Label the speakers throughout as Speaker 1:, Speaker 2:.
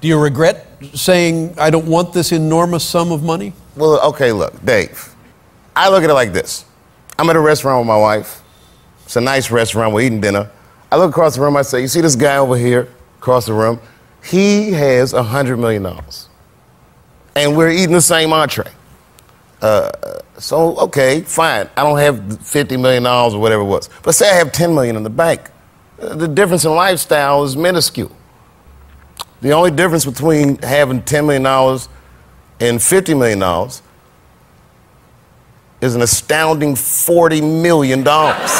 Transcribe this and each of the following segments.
Speaker 1: Do you regret saying, I don't want this enormous sum of money?
Speaker 2: Well, okay, look, Dave. I look at it like this. I'm at a restaurant with my wife. It's a nice restaurant. We're eating dinner. I look across the room. I say, "You see this guy over here across the room? He has a hundred million dollars, and we're eating the same entree. Uh, so okay, fine. I don't have fifty million dollars or whatever it was, but say I have ten million in the bank. Uh, The difference in lifestyle is minuscule. The only difference between having ten million dollars and fifty million dollars is an astounding forty million dollars."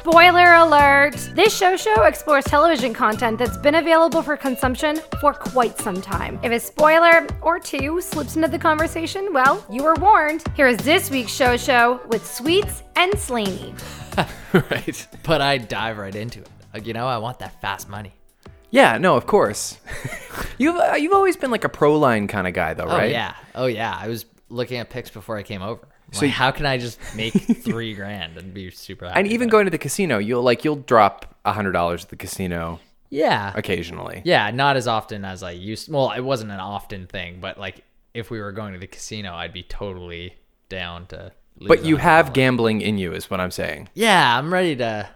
Speaker 3: Spoiler alert! This show show explores television content that's been available for consumption for quite some time. If a spoiler or two slips into the conversation, well, you were warned. Here is this week's show show with Sweets and Slaney.
Speaker 4: right.
Speaker 5: But I dive right into it. Like, you know, I want that fast money.
Speaker 4: Yeah, no, of course. you've uh, you've always been like a pro line kind of guy though,
Speaker 5: Oh
Speaker 4: right?
Speaker 5: yeah. Oh yeah. I was looking at picks before I came over.
Speaker 4: So
Speaker 5: So
Speaker 4: you-
Speaker 5: how can I just make three grand and be super happy?
Speaker 4: And
Speaker 5: about
Speaker 4: even
Speaker 5: it?
Speaker 4: going to the casino, you'll like you'll drop a hundred dollars at the casino
Speaker 5: yeah,
Speaker 4: occasionally.
Speaker 5: yeah, not as often as I used. Well, it wasn't an often thing, but like if we were going to the casino, I'd be totally down to. lose
Speaker 4: But you
Speaker 5: $100.
Speaker 4: have gambling in you, is what I'm saying.
Speaker 5: Yeah, I'm ready to.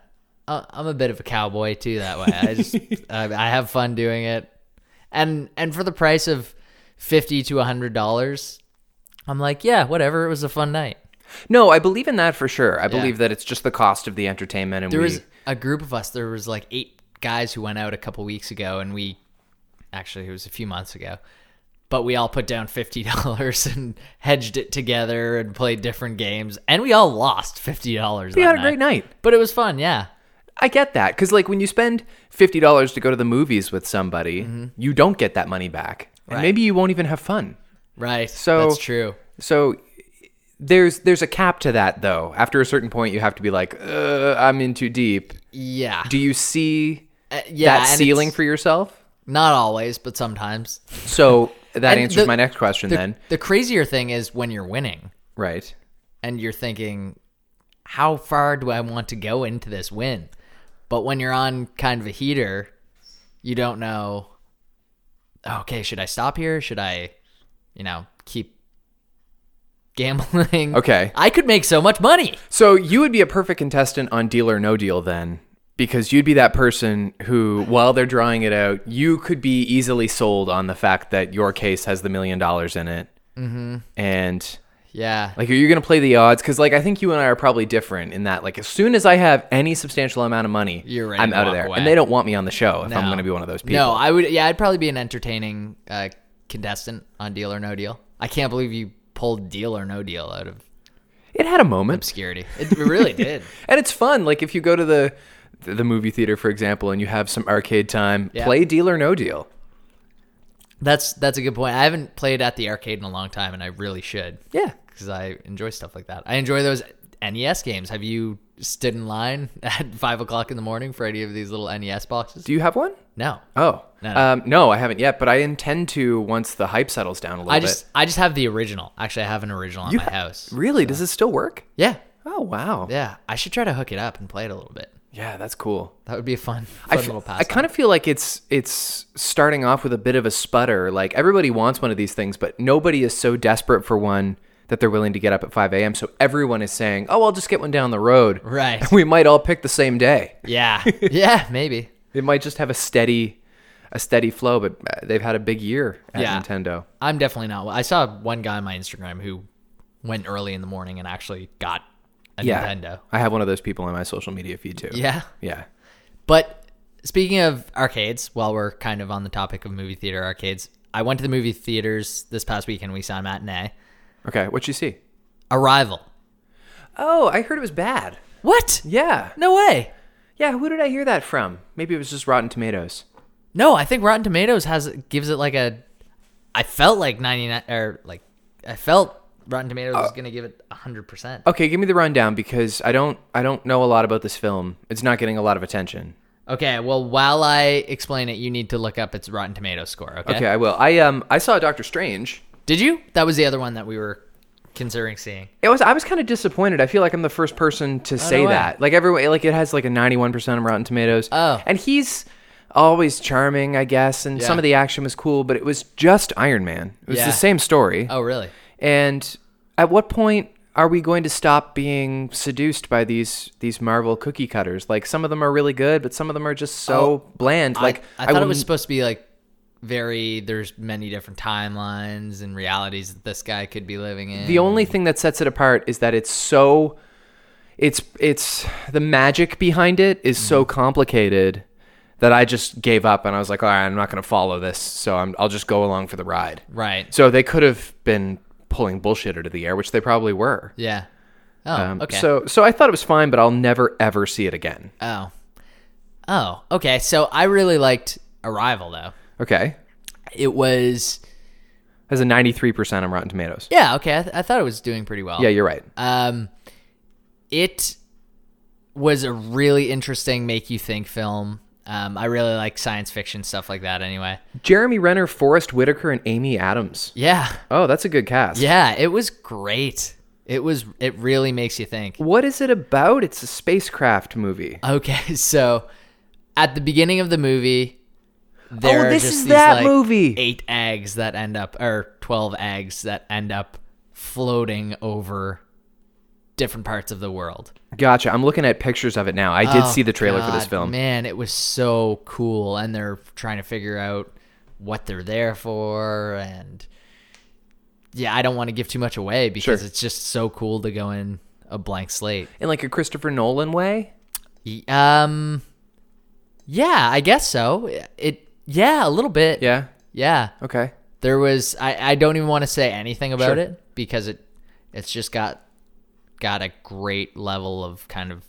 Speaker 5: I- I'm a bit of a cowboy too that way. I just I, I have fun doing it, and and for the price of fifty to hundred dollars, I'm like, yeah, whatever. It was a fun night.
Speaker 4: No, I believe in that for sure. I believe that it's just the cost of the entertainment, and
Speaker 5: There
Speaker 4: we
Speaker 5: was a group of us. There was like eight guys who went out a couple weeks ago, and we actually it was a few months ago, but we all put down fifty dollars and hedged it together and played different games, and we all lost fifty dollars.
Speaker 4: we had a great night.
Speaker 5: but it was fun. Yeah,
Speaker 4: I get that because like when you spend fifty dollars to go to the movies with somebody, you don't get that money back, and
Speaker 5: Mm-hmm. Right.
Speaker 4: maybe you won't even have fun.
Speaker 5: right.
Speaker 4: So-
Speaker 5: that's true.
Speaker 4: So there's there's a cap to that though. After a certain point, you have to be like, uh, I'm in too deep.
Speaker 5: Yeah.
Speaker 4: Do you see
Speaker 5: Uh, yeah,
Speaker 4: that
Speaker 5: and
Speaker 4: ceiling
Speaker 5: it's-
Speaker 4: for yourself?
Speaker 5: Not always, but sometimes.
Speaker 4: So that
Speaker 5: And
Speaker 4: answers
Speaker 5: the-
Speaker 4: my next question
Speaker 5: The,
Speaker 4: then.
Speaker 5: the crazier thing is when you're winning
Speaker 4: Right.
Speaker 5: and you're thinking, how far do I want to go into this win? But when you're on kind of a heater, you don't know, okay, should I stop here? Should I, you know, keep gambling?
Speaker 4: Okay.
Speaker 5: I could make so much money.
Speaker 4: So you would be a perfect contestant on Deal or No Deal then, because you'd be that person who, while they're drawing it out, you could be easily sold on the fact that your case has the million dollars in it. Mm-hmm. And
Speaker 5: Yeah.
Speaker 4: like, are you going to play the odds? Because like, I think you and I are probably different in that. Like, as soon as I have any substantial amount of money,
Speaker 5: You're ready
Speaker 4: I'm
Speaker 5: to
Speaker 4: out of
Speaker 5: walk
Speaker 4: there,
Speaker 5: away.
Speaker 4: and they don't want me on the show if I'm
Speaker 5: No.
Speaker 4: going to be one of those people.
Speaker 5: No, I would. Yeah, I'd probably be an entertaining uh, contestant on Deal or No Deal. I can't believe you pulled Deal or No Deal out of
Speaker 4: it had a moment.
Speaker 5: obscurity. It really did.
Speaker 4: and it's fun. Like if you go to the the movie theater, for example, and you have some arcade time,
Speaker 5: Yeah.
Speaker 4: play Deal or No Deal.
Speaker 5: That's that's a good point. I haven't played at the arcade in a long time, and I really should.
Speaker 4: Yeah.
Speaker 5: because I enjoy stuff like that. I enjoy those NES games. Have you stood in line at five o'clock in the morning for any of these little NES boxes?
Speaker 4: Do you have one?
Speaker 5: no.
Speaker 4: Oh,
Speaker 5: No,
Speaker 4: no,
Speaker 5: no.
Speaker 4: Um, no, I haven't yet, but I intend to once the hype settles down a little
Speaker 5: I just
Speaker 4: bit.
Speaker 5: I just have the original. Actually, I have an original at
Speaker 4: You
Speaker 5: my
Speaker 4: ha-
Speaker 5: house.
Speaker 4: Really? Does it still work?
Speaker 5: Yeah,
Speaker 4: Oh wow. Yeah,
Speaker 5: yeah. I should try to hook it up and play it a little bit.
Speaker 4: that's cool.
Speaker 5: That would be a fun, fun
Speaker 4: I
Speaker 5: little
Speaker 4: f-
Speaker 5: pass.
Speaker 4: I kind of feel like it's it's starting off with a bit of a sputter. Like everybody wants one of these things, but nobody is so desperate for one that they're willing to get up at 5 a.m. So everyone is saying, "Oh, I'll just get one down the road."
Speaker 5: Right.
Speaker 4: we might all pick the same day.
Speaker 5: Yeah. Yeah, maybe.
Speaker 4: It might just have a steady, a steady flow, but uh, they've had a big year at
Speaker 5: Yeah.
Speaker 4: Nintendo.
Speaker 5: I'm definitely not. I saw one guy on my Instagram who went early in the morning and actually got a Nintendo.
Speaker 4: I have one of those people on my social media feed too.
Speaker 5: Yeah.
Speaker 4: yeah.
Speaker 5: But speaking of arcades, while we're kind of on the topic of movie theater arcades, I went to the movie theaters this past weekend. We saw a matinee.
Speaker 4: Okay, what you see?
Speaker 5: Arrival.
Speaker 4: Oh, I heard it was bad.
Speaker 5: What?
Speaker 4: Yeah,
Speaker 5: No way.
Speaker 4: yeah. Who did I hear that from? Maybe it was just Rotten Tomatoes.
Speaker 5: No, I think Rotten Tomatoes has gives it like a. I felt like ninety nine or like I felt Rotten Tomatoes was gonna give it hundred percent.
Speaker 4: Okay, give me the rundown because I don't, I don't know a lot about this film. It's not getting a lot of attention.
Speaker 5: Okay, well, while I explain it, you need to look up its Rotten Tomatoes score. Okay.
Speaker 4: Okay, I will. I um, I saw Doctor Strange.
Speaker 5: Did you? That was the other one that we were considering seeing.
Speaker 4: It was I was kind of disappointed. I feel like I'm the first person to say
Speaker 5: Oh, way.
Speaker 4: that. Like everyone like it has like a 91% on Rotten Tomatoes.
Speaker 5: Oh.
Speaker 4: And he's always charming, I guess, and some
Speaker 5: Yeah.
Speaker 4: of the action was cool, but it was just Iron Man. It was
Speaker 5: Yeah.
Speaker 4: the same story.
Speaker 5: Oh, really?
Speaker 4: And at what point are we going to stop being seduced by these these Marvel cookie cutters? Like some of them are really good, but some of them are just so bland. Like
Speaker 5: Oh, I, I thought it
Speaker 4: will
Speaker 5: was
Speaker 4: n-
Speaker 5: supposed to be like very. There's many different timelines and realities that this guy could be living in.
Speaker 4: the only thing that sets it apart is that it's so it's it's the magic behind it is so
Speaker 5: Mm-hmm.
Speaker 4: complicated that I just gave up and I was like, all right, I'm not going to follow this, so I'm, I'll just go along for the ride.
Speaker 5: right.
Speaker 4: So they could have been pulling bullshit out of the air, which they probably were.
Speaker 5: Yeah. Oh.
Speaker 4: Um,
Speaker 5: okay.
Speaker 4: So so I thought it was fine, but I'll never ever see it again.
Speaker 5: Oh. Oh. Okay. So I really liked Arrival though.
Speaker 4: Okay.
Speaker 5: It was.
Speaker 4: Has a 93% on Rotten Tomatoes.
Speaker 5: Yeah. Okay. I, th- I thought it was doing pretty well.
Speaker 4: Yeah, you're right.
Speaker 5: Um, it was a really interesting make you think film. Um, I really like science fiction stuff like that. Anyway.
Speaker 4: Jeremy Renner, Forrest Whitaker, and Amy Adams.
Speaker 5: Yeah.
Speaker 4: Oh, that's a good cast.
Speaker 5: Yeah. It was great. It was. It really makes you think.
Speaker 4: What is it about? It's a spacecraft movie.
Speaker 5: Okay. So, at the beginning of the movie. There are
Speaker 4: Oh, this
Speaker 5: just
Speaker 4: is
Speaker 5: these,
Speaker 4: that
Speaker 5: like,
Speaker 4: movie.
Speaker 5: Eight eggs that end up, or twelve eggs that end up floating over different parts of the world.
Speaker 4: Gotcha. I'm looking at pictures of it now. I did
Speaker 5: Oh,
Speaker 4: see the trailer for this
Speaker 5: God,
Speaker 4: film.
Speaker 5: Man, it was so cool, and they're trying to figure out what they're there for, and yeah, I don't want to give too much away because
Speaker 4: Sure.
Speaker 5: it's just so cool to go in a blank slate.
Speaker 4: In like a Christopher Nolan way?
Speaker 5: Y- Um, yeah, I guess so. It, yeah, a little bit.
Speaker 4: Yeah.
Speaker 5: yeah.
Speaker 4: Okay.
Speaker 5: There was. I, I don't even want to say anything about
Speaker 4: Sure.
Speaker 5: it because it, it's just got, got a great level of kind of.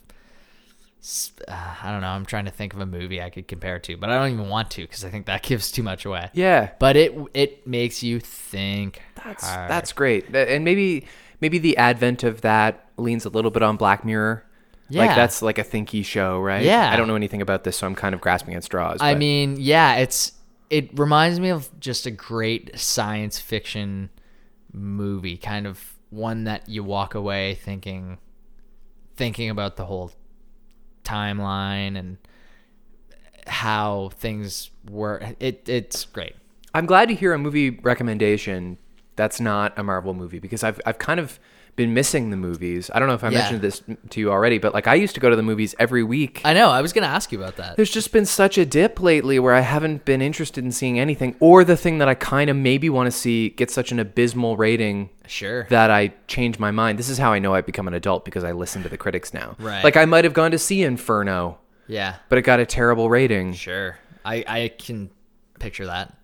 Speaker 5: s- Uh, I don't know. I'm trying to think of a movie I could compare it to, but I don't even want to because I think that gives too much away.
Speaker 4: Yeah.
Speaker 5: But it it makes you think.
Speaker 4: That's, that's great. Th- And maybe maybe the advent of that leans a little bit on Black Mirror. Like
Speaker 5: Yeah.
Speaker 4: that's like a thinky show, right?
Speaker 5: Yeah.
Speaker 4: I don't know anything about this, so I'm kind of grasping at straws.
Speaker 5: I
Speaker 4: but-
Speaker 5: mean, yeah, it's it reminds me of just a great science fiction movie, kind of one that you walk away thinking thinking about the whole timeline and how things were. It it's great.
Speaker 4: I'm glad to hear a movie recommendation that's not a Marvel movie because I've I've kind of been missing the movies. I don't know if I
Speaker 5: Yeah.
Speaker 4: mentioned this to you already, but like I used to go to the movies every week.
Speaker 5: I know. I was gonna ask you about that.
Speaker 4: There's just been such a dip lately where I haven't been interested in seeing anything or the thing that I kind of maybe want to see get such an abysmal rating
Speaker 5: Sure.
Speaker 4: that I change my mind. This is how I know I've become an adult because I listen to the critics now.
Speaker 5: Right.
Speaker 4: Like I might have gone to see Inferno,
Speaker 5: yeah.
Speaker 4: but it got a terrible rating.
Speaker 5: Sure. I I can picture that.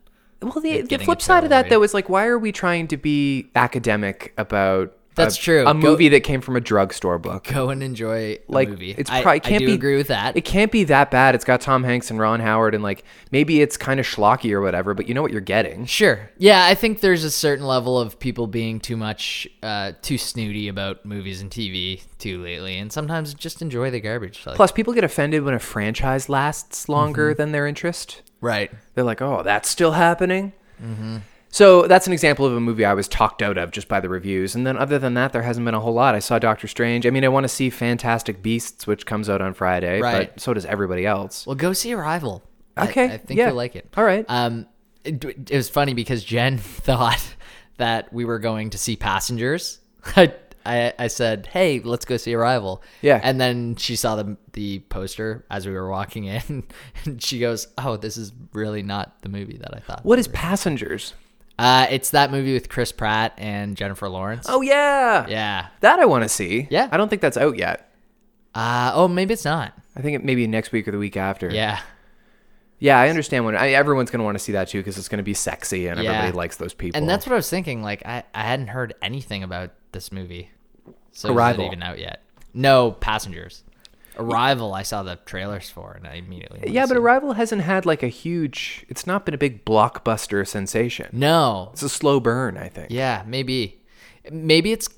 Speaker 4: Well, the, the
Speaker 5: getting
Speaker 4: flip
Speaker 5: a
Speaker 4: side
Speaker 5: terrible
Speaker 4: of that though
Speaker 5: rating.
Speaker 4: is like, why are we trying to be academic about?
Speaker 5: That's
Speaker 4: a,
Speaker 5: true. Go-
Speaker 4: A movie that came from a drugstore book.
Speaker 5: Go and enjoy a
Speaker 4: like
Speaker 5: movie.
Speaker 4: it's
Speaker 5: I-
Speaker 4: probably it
Speaker 5: I
Speaker 4: can't
Speaker 5: do
Speaker 4: be.
Speaker 5: agree with that.
Speaker 4: It can't be that bad. It's got Tom Hanks and Ron Howard, and like maybe it's kind of schlocky or whatever. But you know what you're getting.
Speaker 5: Sure. Yeah, I think there's a certain level of people being too much, uh, too snooty about movies and TV too lately, and sometimes just enjoy the garbage. Like,
Speaker 4: Plus, people get offended when a franchise lasts
Speaker 5: Mm-hmm.
Speaker 4: longer than their interest.
Speaker 5: right.
Speaker 4: They're like, "Oh, that's still happening."
Speaker 5: Mm-hmm.
Speaker 4: So that's an example of a movie I was talked out of just by the reviews. And then other than that, there hasn't been a whole lot. I saw Doctor Strange. I mean, I want to see Fantastic Beasts, which comes out on Friday,
Speaker 5: Right.
Speaker 4: but so does everybody else.
Speaker 5: Well, go see Arrival. I-
Speaker 4: Okay,
Speaker 5: I, think
Speaker 4: yeah.
Speaker 5: you'll like it.
Speaker 4: All right.
Speaker 5: Um, it, it was funny because Jen thought that we were going to see Passengers. I, I, I said, "Hey, let's go see Arrival."
Speaker 4: Yeah.
Speaker 5: And then she saw the the poster as we were walking in, and she goes, "Oh, this is really not the movie that I thought."
Speaker 4: What is Passengers?
Speaker 5: Uh, it's that movie with Chris Pratt and Jennifer Lawrence.
Speaker 4: Oh yeah,
Speaker 5: yeah.
Speaker 4: that I want to see.
Speaker 5: Yeah.
Speaker 4: I don't think that's out yet.
Speaker 5: Uh, oh, maybe it's not.
Speaker 4: I think it maybe next week or the week after.
Speaker 5: Yeah,
Speaker 4: yeah. I understand when I, everyone's gonna want to see that too because it's gonna be sexy and
Speaker 5: Yeah.
Speaker 4: everybody likes those people.
Speaker 5: and that's what I was thinking. Like, I, I hadn't heard anything about this movie. So is it
Speaker 4: Arrival.
Speaker 5: even out yet? No, Passengers. Arrival. I saw the trailers for, and I immediately wanna
Speaker 4: yeah, but
Speaker 5: see it.
Speaker 4: Arrival hasn't had like a huge. It's not been a big blockbuster sensation.
Speaker 5: no.
Speaker 4: It's a slow burn, I think.
Speaker 5: Yeah, maybe, maybe it's.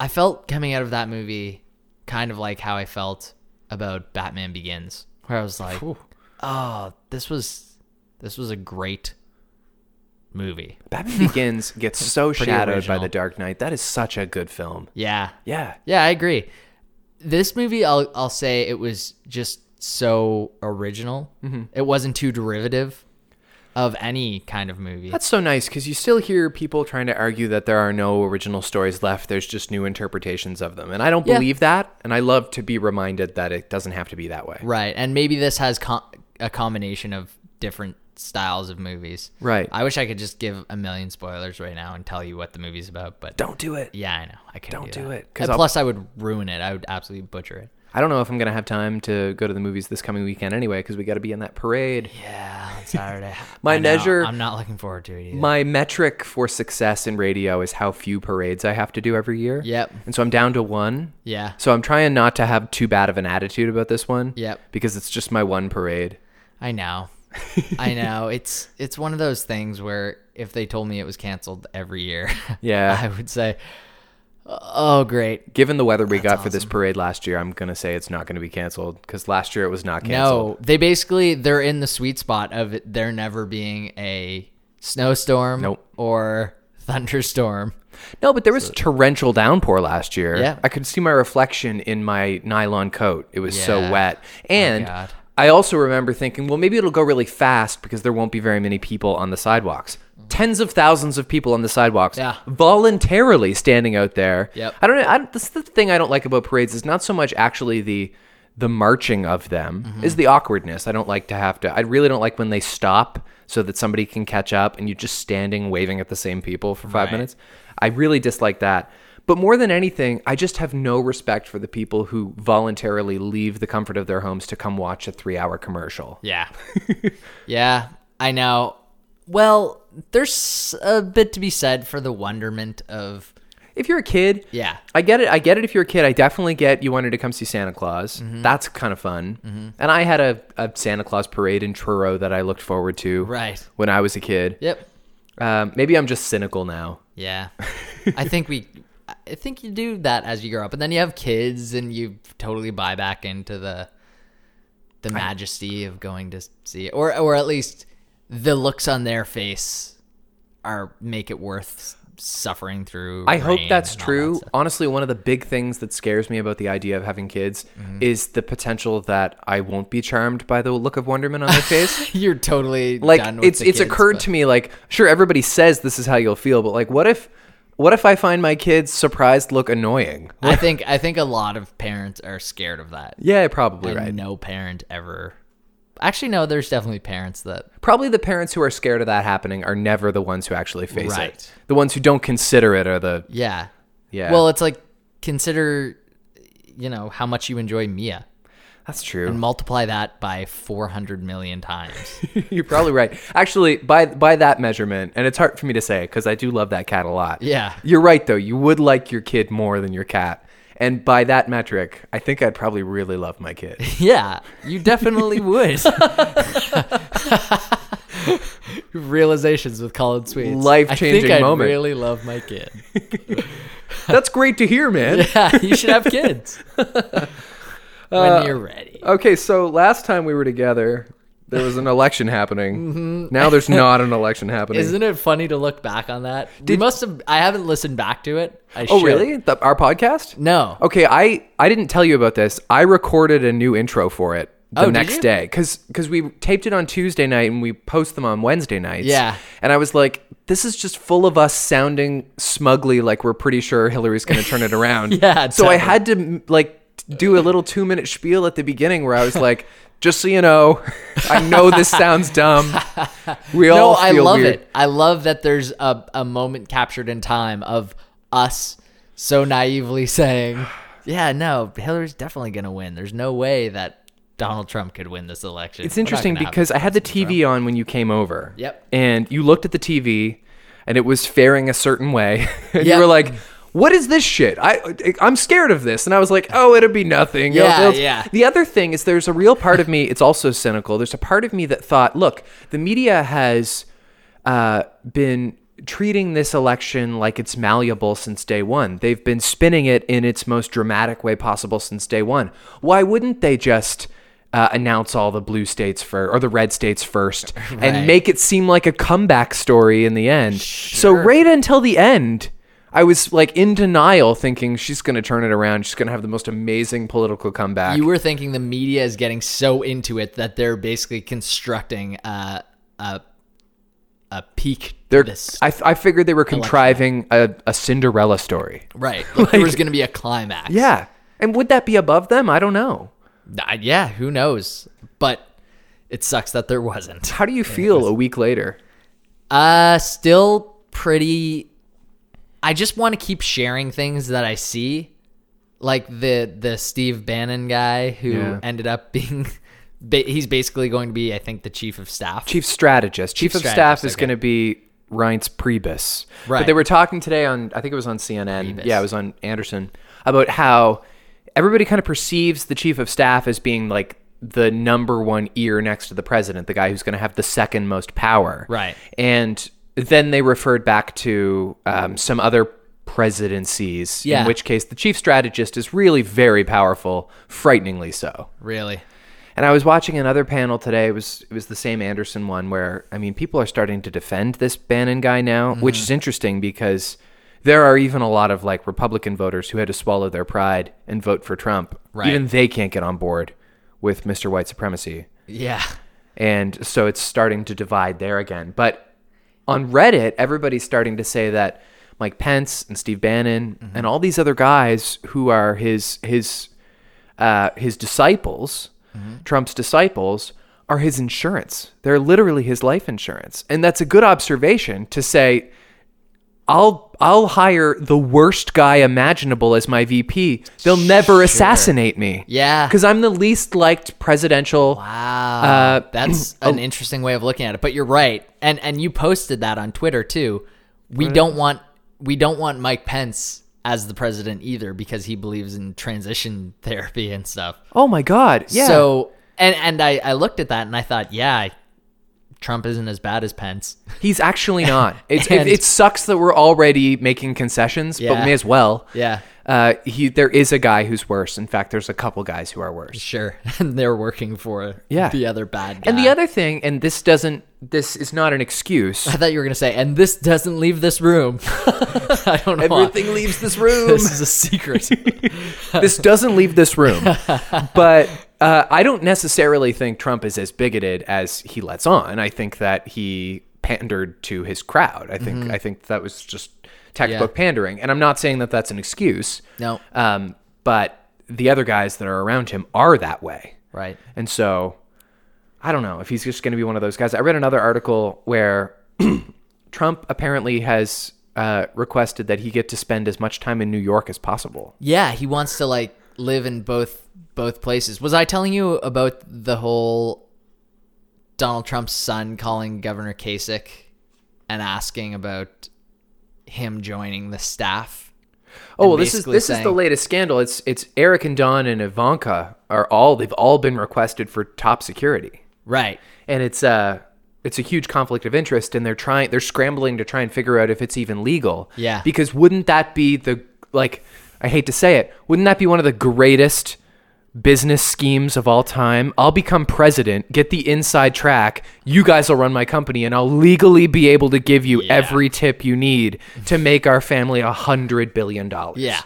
Speaker 5: I felt coming out of that movie, kind of like how I felt about Batman Begins, where I was like, oh, this was this was a great movie.
Speaker 4: Batman Begins gets so
Speaker 5: Pretty
Speaker 4: shadowed
Speaker 5: original.
Speaker 4: by The Dark Knight. That is such a good film.
Speaker 5: Yeah.
Speaker 4: Yeah.
Speaker 5: Yeah, I agree. This movie, I'll I'll say it was just so original. It wasn't too derivative of any kind of movie.
Speaker 4: That's so nice because you still hear people trying to argue that there are no original stories left. There's just new interpretations of them. And I don't
Speaker 5: Yeah.
Speaker 4: believe that. And I love to be reminded that it doesn't have to be that way.
Speaker 5: right, and maybe this has com- a combination of different styles of movies.
Speaker 4: Right.
Speaker 5: I wish I could just give a million spoilers right now and tell you what the movie's about, but
Speaker 4: Don't do it.
Speaker 5: Yeah, I know. I can't.
Speaker 4: Don't do
Speaker 5: that.
Speaker 4: it, 'cause
Speaker 5: And
Speaker 4: I'll-
Speaker 5: plus, I would ruin it. I would absolutely butcher it.
Speaker 4: I don't know if I'm going to have time to go to the movies this coming weekend anyway because we got to be in that parade.
Speaker 5: Yeah, on Saturday.
Speaker 4: My
Speaker 5: I know.
Speaker 4: measure-
Speaker 5: I'm not looking forward to it either.
Speaker 4: My metric for success in radio is how few parades I have to do every year.
Speaker 5: Yep.
Speaker 4: And so I'm down to one.
Speaker 5: yeah.
Speaker 4: So I'm trying not to have too bad of an attitude about this one.
Speaker 5: Yep.
Speaker 4: Because it's just my one parade.
Speaker 5: I know. I know. It's it's one of those things where if they told me it was canceled every year,
Speaker 4: Yeah.
Speaker 5: I would say, "Oh, great.
Speaker 4: Given the weather we got for this parade last year, I'm going to say it's not going to be canceled because last year it was not
Speaker 5: No,
Speaker 4: canceled.
Speaker 5: they basically they're in the sweet spot of it, there never being a snowstorm
Speaker 4: Nope.
Speaker 5: or thunderstorm.
Speaker 4: No, but there was torrential downpour last year.
Speaker 5: Yeah.
Speaker 4: I could see my reflection in my nylon coat. It was so
Speaker 5: Yeah. Oh,
Speaker 4: wet. And
Speaker 5: God.
Speaker 4: I also remember thinking, well, maybe it'll go really fast because there won't be very many people on the sidewalks. Tens of thousands of people on the sidewalks
Speaker 5: Mm. Yeah.
Speaker 4: voluntarily standing out there.
Speaker 5: Yep.
Speaker 4: I don't know. I, this is the thing I don't like about parades is not so much actually the the marching of them
Speaker 5: Mm-hmm.
Speaker 4: is the awkwardness. I don't like to have to. I really don't like when they stop so that somebody can catch up and you're just standing waving at the same people for five minutes. I really dislike that. But more than anything, I just have no respect for the people who voluntarily leave the comfort of their homes to come watch a three-hour commercial.
Speaker 5: Yeah. yeah, I know. Well, there's a bit to be said for the wonderment of
Speaker 4: If you're a kid,
Speaker 5: Yeah.
Speaker 4: I get it. I get it. If you're a kid, I definitely get you wanted to come see Santa Claus.
Speaker 5: Mm-hmm.
Speaker 4: That's kind of fun. And I had a, a Santa Claus parade in Truro that I looked forward to.
Speaker 5: Right.
Speaker 4: When I was a kid.
Speaker 5: Yep.
Speaker 4: Um, maybe I'm just cynical now.
Speaker 5: Yeah. I think we I think you do that as you grow up and then you have kids and you totally buy back into the the majesty of going to see it or or at least the looks on their face are make it worth suffering through.
Speaker 4: I hope
Speaker 5: rain
Speaker 4: that's
Speaker 5: and all that
Speaker 4: true.
Speaker 5: stuff.
Speaker 4: Honestly, one of the big things that scares me about the idea of having kids
Speaker 5: Mm-hmm.
Speaker 4: is the potential that I won't be charmed by the look of wonderment on their face.
Speaker 5: You're totally
Speaker 4: like
Speaker 5: done with
Speaker 4: it's
Speaker 5: the
Speaker 4: it's
Speaker 5: kids,
Speaker 4: occurred
Speaker 5: but-
Speaker 4: to me like sure everybody says this is how you'll feel but like what if what if i find my kids surprised look annoying
Speaker 5: I think I think a lot of parents are scared of that.
Speaker 4: yeah probably
Speaker 5: And
Speaker 4: right
Speaker 5: No parent ever. Actually, no. There's definitely parents that
Speaker 4: probably the parents who are scared of that happening are never the ones who actually face it
Speaker 5: Right.
Speaker 4: the ones who don't consider it are the
Speaker 5: Yeah.
Speaker 4: Yeah.
Speaker 5: Well, it's like consider, you know, how much you enjoy Mia
Speaker 4: that's true
Speaker 5: and multiply that by 400 million times.
Speaker 4: You're probably right. Actually, by by that measurement, and it's hard for me to say because I do love that cat a lot.
Speaker 5: Yeah.
Speaker 4: you're right though. You would like your kid more than your cat, and by that metric, I think I'd probably really love my kid.
Speaker 5: yeah, you definitely would. Realizations with Colin Sweet. I
Speaker 4: Life-changing
Speaker 5: think
Speaker 4: moment.
Speaker 5: I really love my kid.
Speaker 4: That's great to hear, man.
Speaker 5: Yeah, you should have kids when you're ready.
Speaker 4: Okay, so last time we were together, there was an election happening. Now there's not an election happening.
Speaker 5: Mm-hmm. Isn't it funny to look back on that? we must have. I haven't listened back to it. I
Speaker 4: oh,
Speaker 5: should.
Speaker 4: really? The- our podcast?
Speaker 5: No.
Speaker 4: Okay, I I didn't tell you about this. I recorded a new intro for it the
Speaker 5: Oh, did
Speaker 4: next
Speaker 5: you?
Speaker 4: day because we taped it on Tuesday night and we post them on Wednesday nights.
Speaker 5: Yeah.
Speaker 4: and I was like, this is just full of us sounding smugly like we're pretty sure Hillary's going to turn it around.
Speaker 5: Yeah,
Speaker 4: so I
Speaker 5: totally.
Speaker 4: had to m- like t- do a little two minute spiel at the beginning where I was like. Just so you know, I know this sounds dumb. We
Speaker 5: No,
Speaker 4: all
Speaker 5: I
Speaker 4: feel
Speaker 5: love
Speaker 4: weird.
Speaker 5: it. I love that there's a, a moment captured in time of us so naively saying, Yeah, no, Hillary's definitely going to win. There's no way that Donald Trump could win this election.
Speaker 4: It's
Speaker 5: We're not
Speaker 4: interesting
Speaker 5: gonna have
Speaker 4: because
Speaker 5: it.
Speaker 4: I had the TV on when you came over.
Speaker 5: Yep.
Speaker 4: And you looked at the TV and it was faring a certain way. and you
Speaker 5: Yep.
Speaker 4: were like, what is this shit? I I'm scared of this. And I was like, oh, it'll be nothing. It'll-
Speaker 5: Yeah,
Speaker 4: it'll-
Speaker 5: yeah.
Speaker 4: The other thing is there's a real part of me, it's also cynical. There's a part of me that thought, look, the media has uh, been treating this election like it's malleable since day one. They've been spinning it in its most dramatic way possible since day one. Why wouldn't they just uh, announce all the blue states for or the red states first and make it seem like a comeback story in the end. So right until the end, I was like in denial, thinking she's going to turn it around. She's going to have the most amazing political comeback.
Speaker 5: You were thinking the media is getting so into it that they're basically constructing a a, a peak.
Speaker 4: They're-
Speaker 5: this
Speaker 4: I, I figured they were contriving a, a Cinderella story.
Speaker 5: right. Like, there was going to be a climax.
Speaker 4: Yeah. And would that be above them? I don't know.
Speaker 5: Uh, yeah. Who knows? But it sucks that there wasn't.
Speaker 4: How do you feel a week later?
Speaker 5: Uh, still pretty. I just want to keep sharing things that I see, like the the Steve Bannon guy who
Speaker 4: Yeah.
Speaker 5: ended up being. ba- He's basically going to be, I think, the chief of staff.
Speaker 4: Chief strategist. Chief, of
Speaker 5: strategist,
Speaker 4: staff is
Speaker 5: okay.
Speaker 4: going to be Reince Priebus. But
Speaker 5: Right.
Speaker 4: they were talking today on, I think it was on CNN. Yeah, it was on Anderson about how everybody kind of perceives the chief of staff as being like the number one ear next to the president, the guy who's going to have the second most power.
Speaker 5: Right.
Speaker 4: And then they referred back to um, some other presidencies,
Speaker 5: Yeah.
Speaker 4: in which case the chief strategist is really very powerful, frighteningly so.
Speaker 5: Really?
Speaker 4: And I was watching another panel today. It was it was the same Anderson one where I mean people are starting to defend this Bannon guy now, which is interesting because there are even a lot of like Republican voters who had to swallow their pride and vote for Trump.
Speaker 5: Right.
Speaker 4: Even they can't get on board with Mr. White supremacy.
Speaker 5: Yeah.
Speaker 4: And so it's starting to divide there again. But on Reddit, everybody's starting to say that Mike Pence and Steve Bannon
Speaker 5: Mm-hmm.
Speaker 4: and all these other guys who are his his uh, his disciples,
Speaker 5: Mm-hmm.
Speaker 4: Trump's disciples, are his insurance. They're literally his life insurance. And that's a good observation to say I'll I'll hire the worst guy imaginable as my VP. They'll never assassinate me.
Speaker 5: Yeah.
Speaker 4: Cuz I'm the least liked presidential Uh,
Speaker 5: Wow. Uh, That's
Speaker 4: oh.
Speaker 5: an interesting way of looking at it. But you're right. And and you posted that on Twitter too. We don't want we don't want Mike Pence as the president either because he believes in transition therapy and stuff.
Speaker 4: Oh my God! Yeah.
Speaker 5: So and and I, I looked at that and I thought, yeah, I- Trump isn't as bad as Pence.
Speaker 4: he's actually not. It's, it,
Speaker 5: And-
Speaker 4: it sucks that we're already making concessions, but
Speaker 5: Yeah.
Speaker 4: may as well.
Speaker 5: Yeah.
Speaker 4: Uh, he there is a guy who's worse. In fact, there's a couple guys who are worse.
Speaker 5: Sure. And they're working for
Speaker 4: Yeah.
Speaker 5: the other bad guy.
Speaker 4: And the other thing, and this doesn't, this is not an excuse.
Speaker 5: I thought you were gonna say, and this doesn't leave this room. I don't know. why.
Speaker 4: Everything leaves this room.
Speaker 5: This is a secret.
Speaker 4: this doesn't leave this room. But uh, I don't necessarily think Trump is as bigoted as he lets on. I think that he pandered to his crowd. I think
Speaker 5: Mm-hmm.
Speaker 4: I think that was just textbook pandering. And I'm not saying that that's an excuse.
Speaker 5: No. Uh,
Speaker 4: Um, but the other guys that are around him are that way.
Speaker 5: right.
Speaker 4: And so I don't know if he's just going to be one of those guys. I read another article where Trump apparently has uh, requested that he get to spend as much time in New York as possible.
Speaker 5: Yeah, he wants to like live in both both places. Was I telling you about the whole Donald Trump's son calling Governor Kasich and asking about him joining the staff?
Speaker 4: Oh
Speaker 5: and
Speaker 4: well, this is
Speaker 5: basically
Speaker 4: this is the
Speaker 5: saying-
Speaker 4: latest scandal. It's it's Eric and Don and Ivanka are all they've all been requested for top security,
Speaker 5: Right.
Speaker 4: and it's uh it's a huge conflict of interest, and they're trying they're scrambling to try and figure out if it's even legal.
Speaker 5: Yeah.
Speaker 4: because wouldn't that be the like I hate to say it, wouldn't that be one of the greatest business schemes of all time? I'll become president, get the inside track. You guys will run my company, and I'll legally be able to give you every tip you need to make our family a hundred billion dollars.
Speaker 5: Yeah.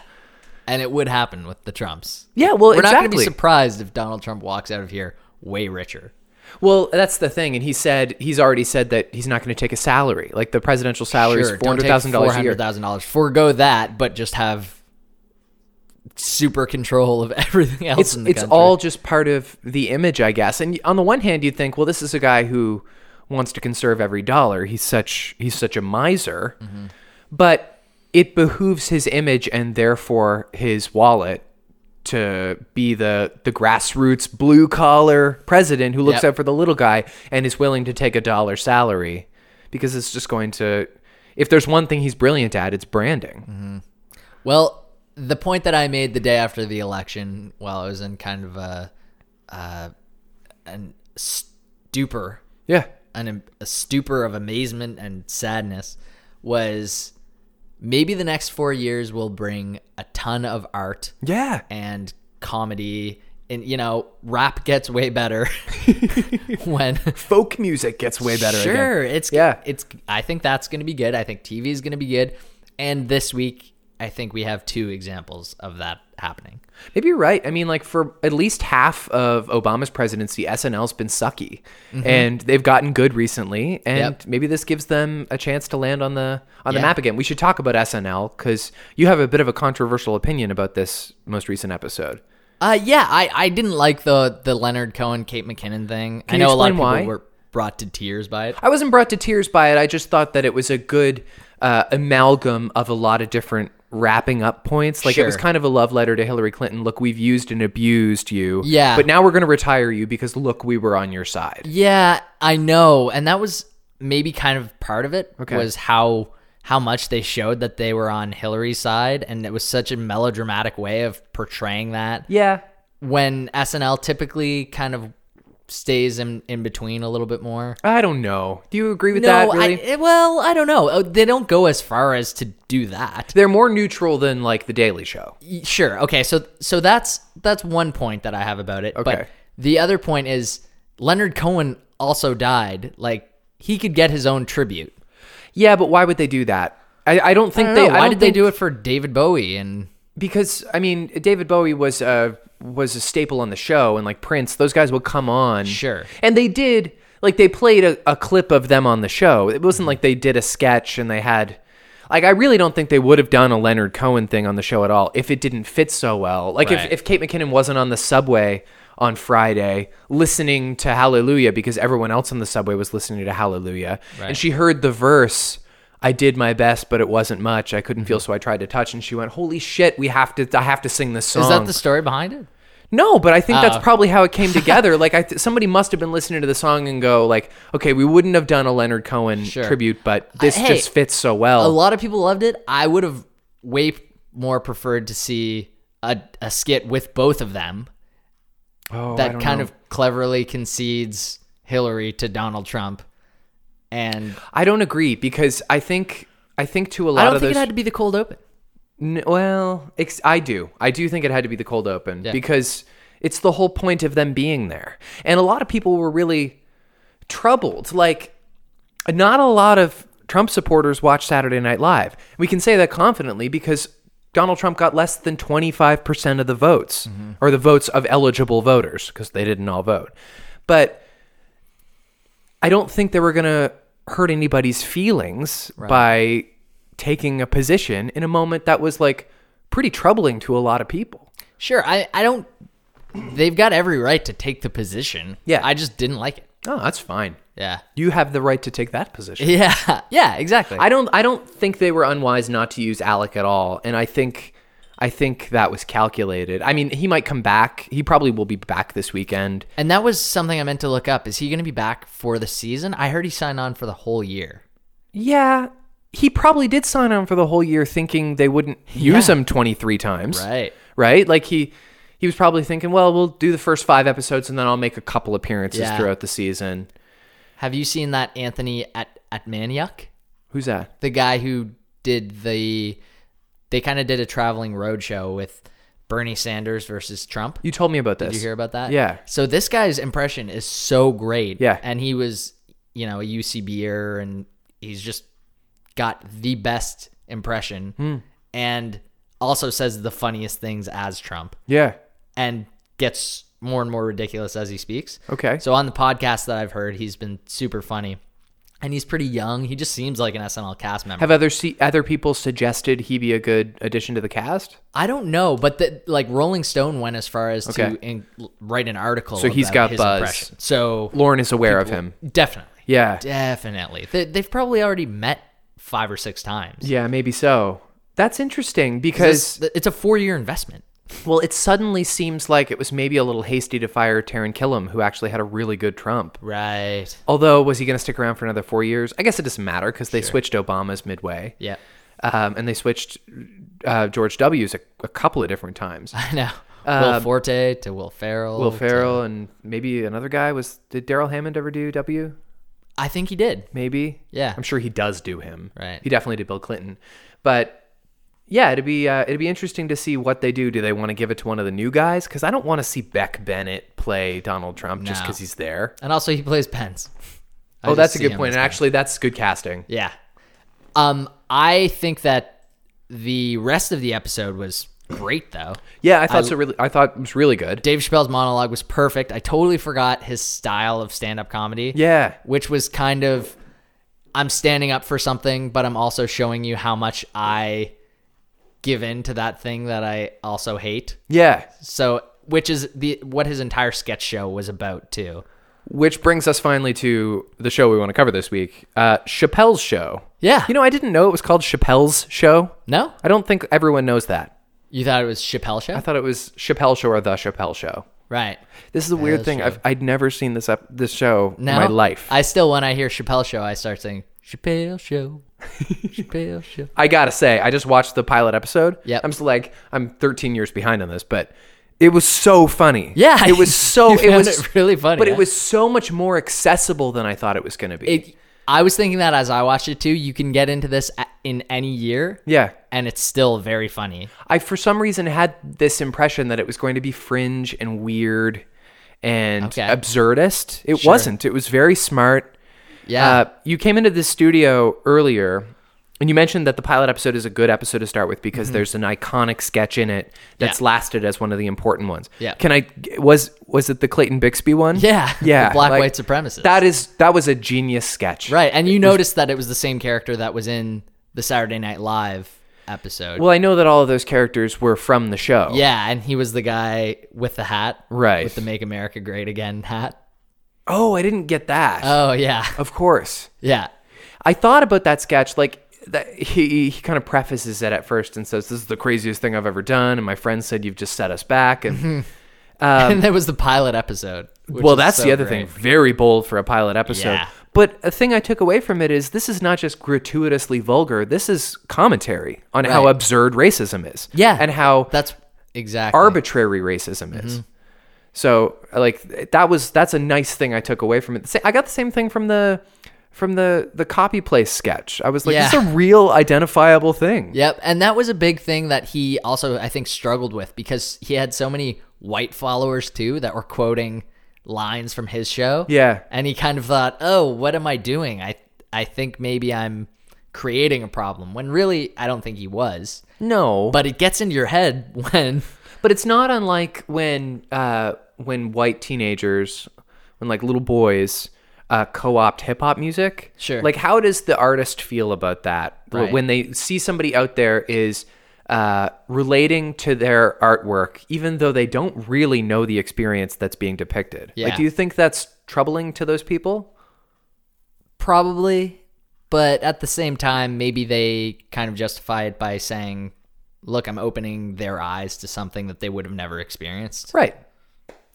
Speaker 5: And it would happen with the Trumps.
Speaker 4: Yeah, well,
Speaker 5: We're not going to be
Speaker 4: exactly.
Speaker 5: surprised if Donald Trump walks out of here way richer.
Speaker 4: Well, that's the thing, and he said he's already said that he's not going to take a salary. Like the presidential salary is four
Speaker 5: don't
Speaker 4: hundred
Speaker 5: take
Speaker 4: thousand dollars a year.
Speaker 5: $400,000. Forego that, but just have super control of everything else
Speaker 4: It's
Speaker 5: in the
Speaker 4: it's
Speaker 5: country.
Speaker 4: all just part of the image, I guess. And on the one hand, you'd think, well, this is a guy who wants to conserve every dollar. He's such he's such a miser, but it behooves his image and therefore his wallet to be the the grassroots blue collar president who looks
Speaker 5: Yep.
Speaker 4: out for the little guy and is willing to take a dollar salary because it's just going to if there's one thing he's brilliant at it's branding
Speaker 5: Well, the point that I made the day after the election, while I was in kind of a, uh, an stupor,
Speaker 4: yeah
Speaker 5: an a stupor of amazement and sadness, was maybe the next four years will bring a ton of art
Speaker 4: yeah
Speaker 5: and comedy and you know, rap gets way better when
Speaker 4: Folk music gets way better. again.
Speaker 5: Sure, it's
Speaker 4: Yeah.
Speaker 5: yeah, it's. I think that's going to be good. I think TV is going to be good, and this week I think we have two examples of that happening.
Speaker 4: Maybe you're right. I mean, like for at least half of Obama's presidency, SNL's been sucky, and they've gotten good recently. And
Speaker 5: Mm-hmm. Yep.
Speaker 4: maybe this gives them a chance to land on the on the
Speaker 5: Yeah.
Speaker 4: map again. We should talk about SNL because you have a bit of a controversial opinion about this most recent episode.
Speaker 5: Uh, yeah, I, I didn't like the the Leonard Cohen Kate McKinnon thing.
Speaker 4: Can
Speaker 5: I
Speaker 4: you
Speaker 5: know a lot of
Speaker 4: explain
Speaker 5: people
Speaker 4: why?
Speaker 5: were brought to tears by it.
Speaker 4: I wasn't brought to tears by it. I just thought that it was a good uh, amalgam of a lot of different wrapping up points. Like it was
Speaker 5: Sure.
Speaker 4: kind of a love letter to Hillary Clinton. Look, we've used and abused you.
Speaker 5: Yeah.
Speaker 4: But now we're going to retire you because look, we were on your side.
Speaker 5: Yeah, I know, and that was maybe kind of part of it
Speaker 4: Okay.
Speaker 5: was how how much they showed that they were on Hillary's side, and it was such a melodramatic way of portraying that.
Speaker 4: Yeah.
Speaker 5: when SNL typically kind of stays in, in between a little bit more.
Speaker 4: I don't know. Do you agree with that? Really?
Speaker 5: I, eh, well, I don't know. Oh, They don't go as far as to do that.
Speaker 4: They're more neutral than like The Daily Show.
Speaker 5: Y- Sure. Okay. So so that's that's one point that I have about it.
Speaker 4: Okay.
Speaker 5: But the other point is Leonard Cohen also died. Like he could get his own tribute.
Speaker 4: Yeah, but why would they do that? I, I don't think
Speaker 5: I don't
Speaker 4: they.
Speaker 5: know.
Speaker 4: I
Speaker 5: Why
Speaker 4: don't
Speaker 5: did they
Speaker 4: think-
Speaker 5: do it for David Bowie? And
Speaker 4: Because I mean, David Bowie was uh, was a staple on the show, and like Prince, those guys would come on.
Speaker 5: Sure.
Speaker 4: And they did like they played a, a clip of them on the show. It wasn't like they did a sketch and they had. Like I really don't think they would have done a Leonard Cohen thing on the show at all if it didn't fit so well. Like
Speaker 5: Right.
Speaker 4: if, if Kate McKinnon wasn't on the subway on Friday listening to Hallelujah because everyone else on the subway was listening to Hallelujah and she heard the verse I did my best but it wasn't much I couldn't feel so I tried to touch and she went holy shit we have to I have to sing this song
Speaker 5: is that the story behind it?
Speaker 4: no, but I think
Speaker 5: Ah.
Speaker 4: that's probably how it came together. like, I th- somebody must have been listening to the song and go, like, okay, we wouldn't have done a Leonard Cohen
Speaker 5: Sure.
Speaker 4: tribute, but this
Speaker 5: hey,
Speaker 4: just fits so well.
Speaker 5: a lot of people loved it. I would have way more preferred to see a, a skit with both of them
Speaker 4: Oh, I
Speaker 5: that
Speaker 4: don't
Speaker 5: kind
Speaker 4: know.
Speaker 5: of cleverly concedes Hillary to Donald Trump. And
Speaker 4: I don't agree because I think I think to a lot
Speaker 5: I don't
Speaker 4: of
Speaker 5: think
Speaker 4: those.
Speaker 5: it had to be the cold open.
Speaker 4: N- well, ex- I do. I do think it had to be the cold open because it's the whole point of them being there. And a lot of people were really troubled. Like, not a lot of Trump supporters watch Saturday Night Live. We can say that confidently because Donald Trump got less than 25% of the votes or the votes of eligible voters because they didn't all vote. But I don't think they were going to hurt anybody's feelings by taking a position in a moment that was like pretty troubling to a lot of people.
Speaker 5: Sure, I, I don't. They've got every right to take the position.
Speaker 4: Yeah.
Speaker 5: I just didn't like it.
Speaker 4: Oh, that's fine.
Speaker 5: Yeah.
Speaker 4: You have the right to take that position.
Speaker 5: Yeah. Yeah, exactly.
Speaker 4: I don't I don't think they were unwise not to use Alec at all, and I think I think that was calculated. I mean, he might come back. He probably will be back this weekend.
Speaker 5: and that was something I meant to look up. Is he going to be back for the season? I heard he signed on for the whole year.
Speaker 4: Yeah, he probably did sign on for the whole year thinking they wouldn't use
Speaker 5: Yeah.
Speaker 4: him 23 times.
Speaker 5: Right.
Speaker 4: Right? Like he he was probably thinking, well, we'll do the first 5 episodes and then I'll make a couple appearances
Speaker 5: Yeah.
Speaker 4: throughout the season.
Speaker 5: Have you seen that Anthony at at Maniac?
Speaker 4: Who's that?
Speaker 5: the guy who did the they kind of did a traveling road show with Bernie Sanders versus Trump.
Speaker 4: You told me about this.
Speaker 5: Did you hear about that?
Speaker 4: Yeah.
Speaker 5: So this guy's impression is so great.
Speaker 4: Yeah.
Speaker 5: And he was, you know, a UCBer and he's just got the best impression
Speaker 4: Hmm.
Speaker 5: and also says the funniest things as Trump
Speaker 4: Yeah.
Speaker 5: and gets more and more ridiculous as he speaks.
Speaker 4: Okay.
Speaker 5: So on the podcast that I've heard, he's been super funny. And he's pretty young. He just seems like an SNL cast member.
Speaker 4: Have other se- other people suggested he be a good addition to the cast?
Speaker 5: I don't know, but the, like Rolling Stone went as far as
Speaker 4: Okay.
Speaker 5: to in, write an article.
Speaker 4: So he's
Speaker 5: about
Speaker 4: got
Speaker 5: his
Speaker 4: buzz.
Speaker 5: impression. So
Speaker 4: Lauren is aware of him.
Speaker 5: definitely,
Speaker 4: Yeah.
Speaker 5: definitely, they, they've probably already met five or six times.
Speaker 4: Yeah, maybe so. That's interesting
Speaker 5: This-
Speaker 4: because
Speaker 5: it's a four-year investment.
Speaker 4: well, it suddenly seems like it was maybe a little hasty to fire Taron Killam, who actually had a really good Trump.
Speaker 5: Right.
Speaker 4: Although, was he going to stick around for another four years? I guess it doesn't matter because they switched Obama's midway.
Speaker 5: Yeah.
Speaker 4: Um, and they switched uh, George W's a, a couple of different times.
Speaker 5: I know. Will Forte to Will Ferrell.
Speaker 4: Uh, Will
Speaker 5: to-
Speaker 4: Ferrell and maybe another guy was. Did Daryl Hammond ever do W?
Speaker 5: I think he did.
Speaker 4: maybe.
Speaker 5: Yeah.
Speaker 4: I'm sure he does do him.
Speaker 5: Right.
Speaker 4: He definitely did Bill Clinton. But yeah, it'd be uh, it'd be interesting to see what they do. Do they want to give it to one of the new guys? Because I don't want to see Beck Bennett play Donald Trump just
Speaker 5: No.
Speaker 4: because he's there.
Speaker 5: And also, he plays Pence. I
Speaker 4: oh,
Speaker 5: just
Speaker 4: that's a
Speaker 5: see
Speaker 4: good
Speaker 5: him
Speaker 4: point.
Speaker 5: as
Speaker 4: And
Speaker 5: Pence.
Speaker 4: actually, that's good casting.
Speaker 5: Yeah. Um, I think that the rest of the episode was great, though.
Speaker 4: Yeah, I thought so. Really, I thought it was really good.
Speaker 5: Dave Chappelle's monologue was perfect. I totally forgot his style of stand up comedy.
Speaker 4: Yeah,
Speaker 5: Which was kind of I'm standing up for something, but I'm also showing you how much I give in to that thing that I also hate.
Speaker 4: yeah.
Speaker 5: So which is the what his entire sketch show was about too.
Speaker 4: Which brings us finally to the show we want to cover this week, uh, Chappelle's Show.
Speaker 5: Yeah.
Speaker 4: You know, I didn't know it was called Chappelle's Show.
Speaker 5: No?
Speaker 4: I don't think everyone knows that.
Speaker 5: You thought it was Chappelle show?
Speaker 4: I thought it was Chappelle Show or The Chappelle Show.
Speaker 5: right.
Speaker 4: This is a weird
Speaker 5: that's
Speaker 4: thing.
Speaker 5: true.
Speaker 4: I've, I'd never seen this up this show
Speaker 5: No.
Speaker 4: in my life. I,
Speaker 5: I still when I hear Chappelle show, I start saying Chappelle show. Chappelle show.
Speaker 4: gotta say, I just watched the pilot episode.
Speaker 5: Yep.
Speaker 4: I'm still like I'm 13 years behind on this, but it was so funny.
Speaker 5: Yeah.
Speaker 4: it was so.
Speaker 5: You
Speaker 4: it was
Speaker 5: found it really funny,
Speaker 4: but
Speaker 5: huh?
Speaker 4: it was so much more accessible than I thought it was going to be.
Speaker 5: It, I was thinking that as I watched it too. You can get into this a- in any year.
Speaker 4: yeah,
Speaker 5: And it's still very funny.
Speaker 4: I for some reason had this impression that it was going to be fringe and weird and
Speaker 5: Okay.
Speaker 4: absurdist. It wasn't. It was very smart.
Speaker 5: Yeah.
Speaker 4: Uh, you came into this studio earlier and you mentioned that the pilot episode is a good episode to start with because there's an iconic sketch in it that's
Speaker 5: Mm-hmm. Yeah.
Speaker 4: lasted as one of the important ones.
Speaker 5: Yeah.
Speaker 4: Can I was was it the Clayton Bixby one?
Speaker 5: Yeah, the
Speaker 4: Yeah.
Speaker 5: black white supremacist.
Speaker 4: That is that was a genius sketch.
Speaker 5: right. And you noticed that it was the same character that was in the Saturday Night Live episode.
Speaker 4: Well, I know that all of those characters were from the show.
Speaker 5: yeah. And he was the guy with the hat.
Speaker 4: Right.
Speaker 5: With the Make America Great Again hat.
Speaker 4: Oh, I didn't get that.
Speaker 5: Oh, yeah.
Speaker 4: of course.
Speaker 5: Yeah.
Speaker 4: I thought about that sketch like that he he kind of prefaces it at first and says this is the craziest thing I've ever done and my friend said you've just set us back and
Speaker 5: and that was the pilot episode. which
Speaker 4: Um, well
Speaker 5: is
Speaker 4: that's
Speaker 5: so
Speaker 4: the other
Speaker 5: great.
Speaker 4: thing very bold for a pilot episode.
Speaker 5: Yeah.
Speaker 4: But a thing I took away from it is this is not just gratuitously vulgar. This is commentary on how
Speaker 5: Right.
Speaker 4: absurd racism is.
Speaker 5: Yeah.
Speaker 4: And how
Speaker 5: That's exactly.
Speaker 4: arbitrary racism is. So like that was that's a nice thing I took away from it. Sa- I got the same thing from the from the the copy place sketch. I was like,
Speaker 5: Yeah.
Speaker 4: this is a real identifiable thing.
Speaker 5: Yep, and that was a big thing that he also I think struggled with because he had so many white followers too that were quoting lines from his show.
Speaker 4: Yeah.
Speaker 5: And he kind of thought, "Oh, what am I doing? I I think maybe I'm creating a problem." When really I don't think he was.
Speaker 4: No, but
Speaker 5: But it gets into your head when
Speaker 4: but it's not unlike when uh, when white teenagers, when like little boys, uh, co-opt hip hop music.
Speaker 5: Sure.
Speaker 4: Like, how does the artist feel about that W-
Speaker 5: Right.
Speaker 4: when they see somebody out there is uh, relating to their artwork, even though they don't really know the experience that's being depicted?
Speaker 5: Yeah.
Speaker 4: Like, do you think that's troubling to those people?
Speaker 5: probably, but at the same time maybe they kind of justify it by saying, "Look, I'm opening their eyes to something that they would have never experienced."
Speaker 4: Right.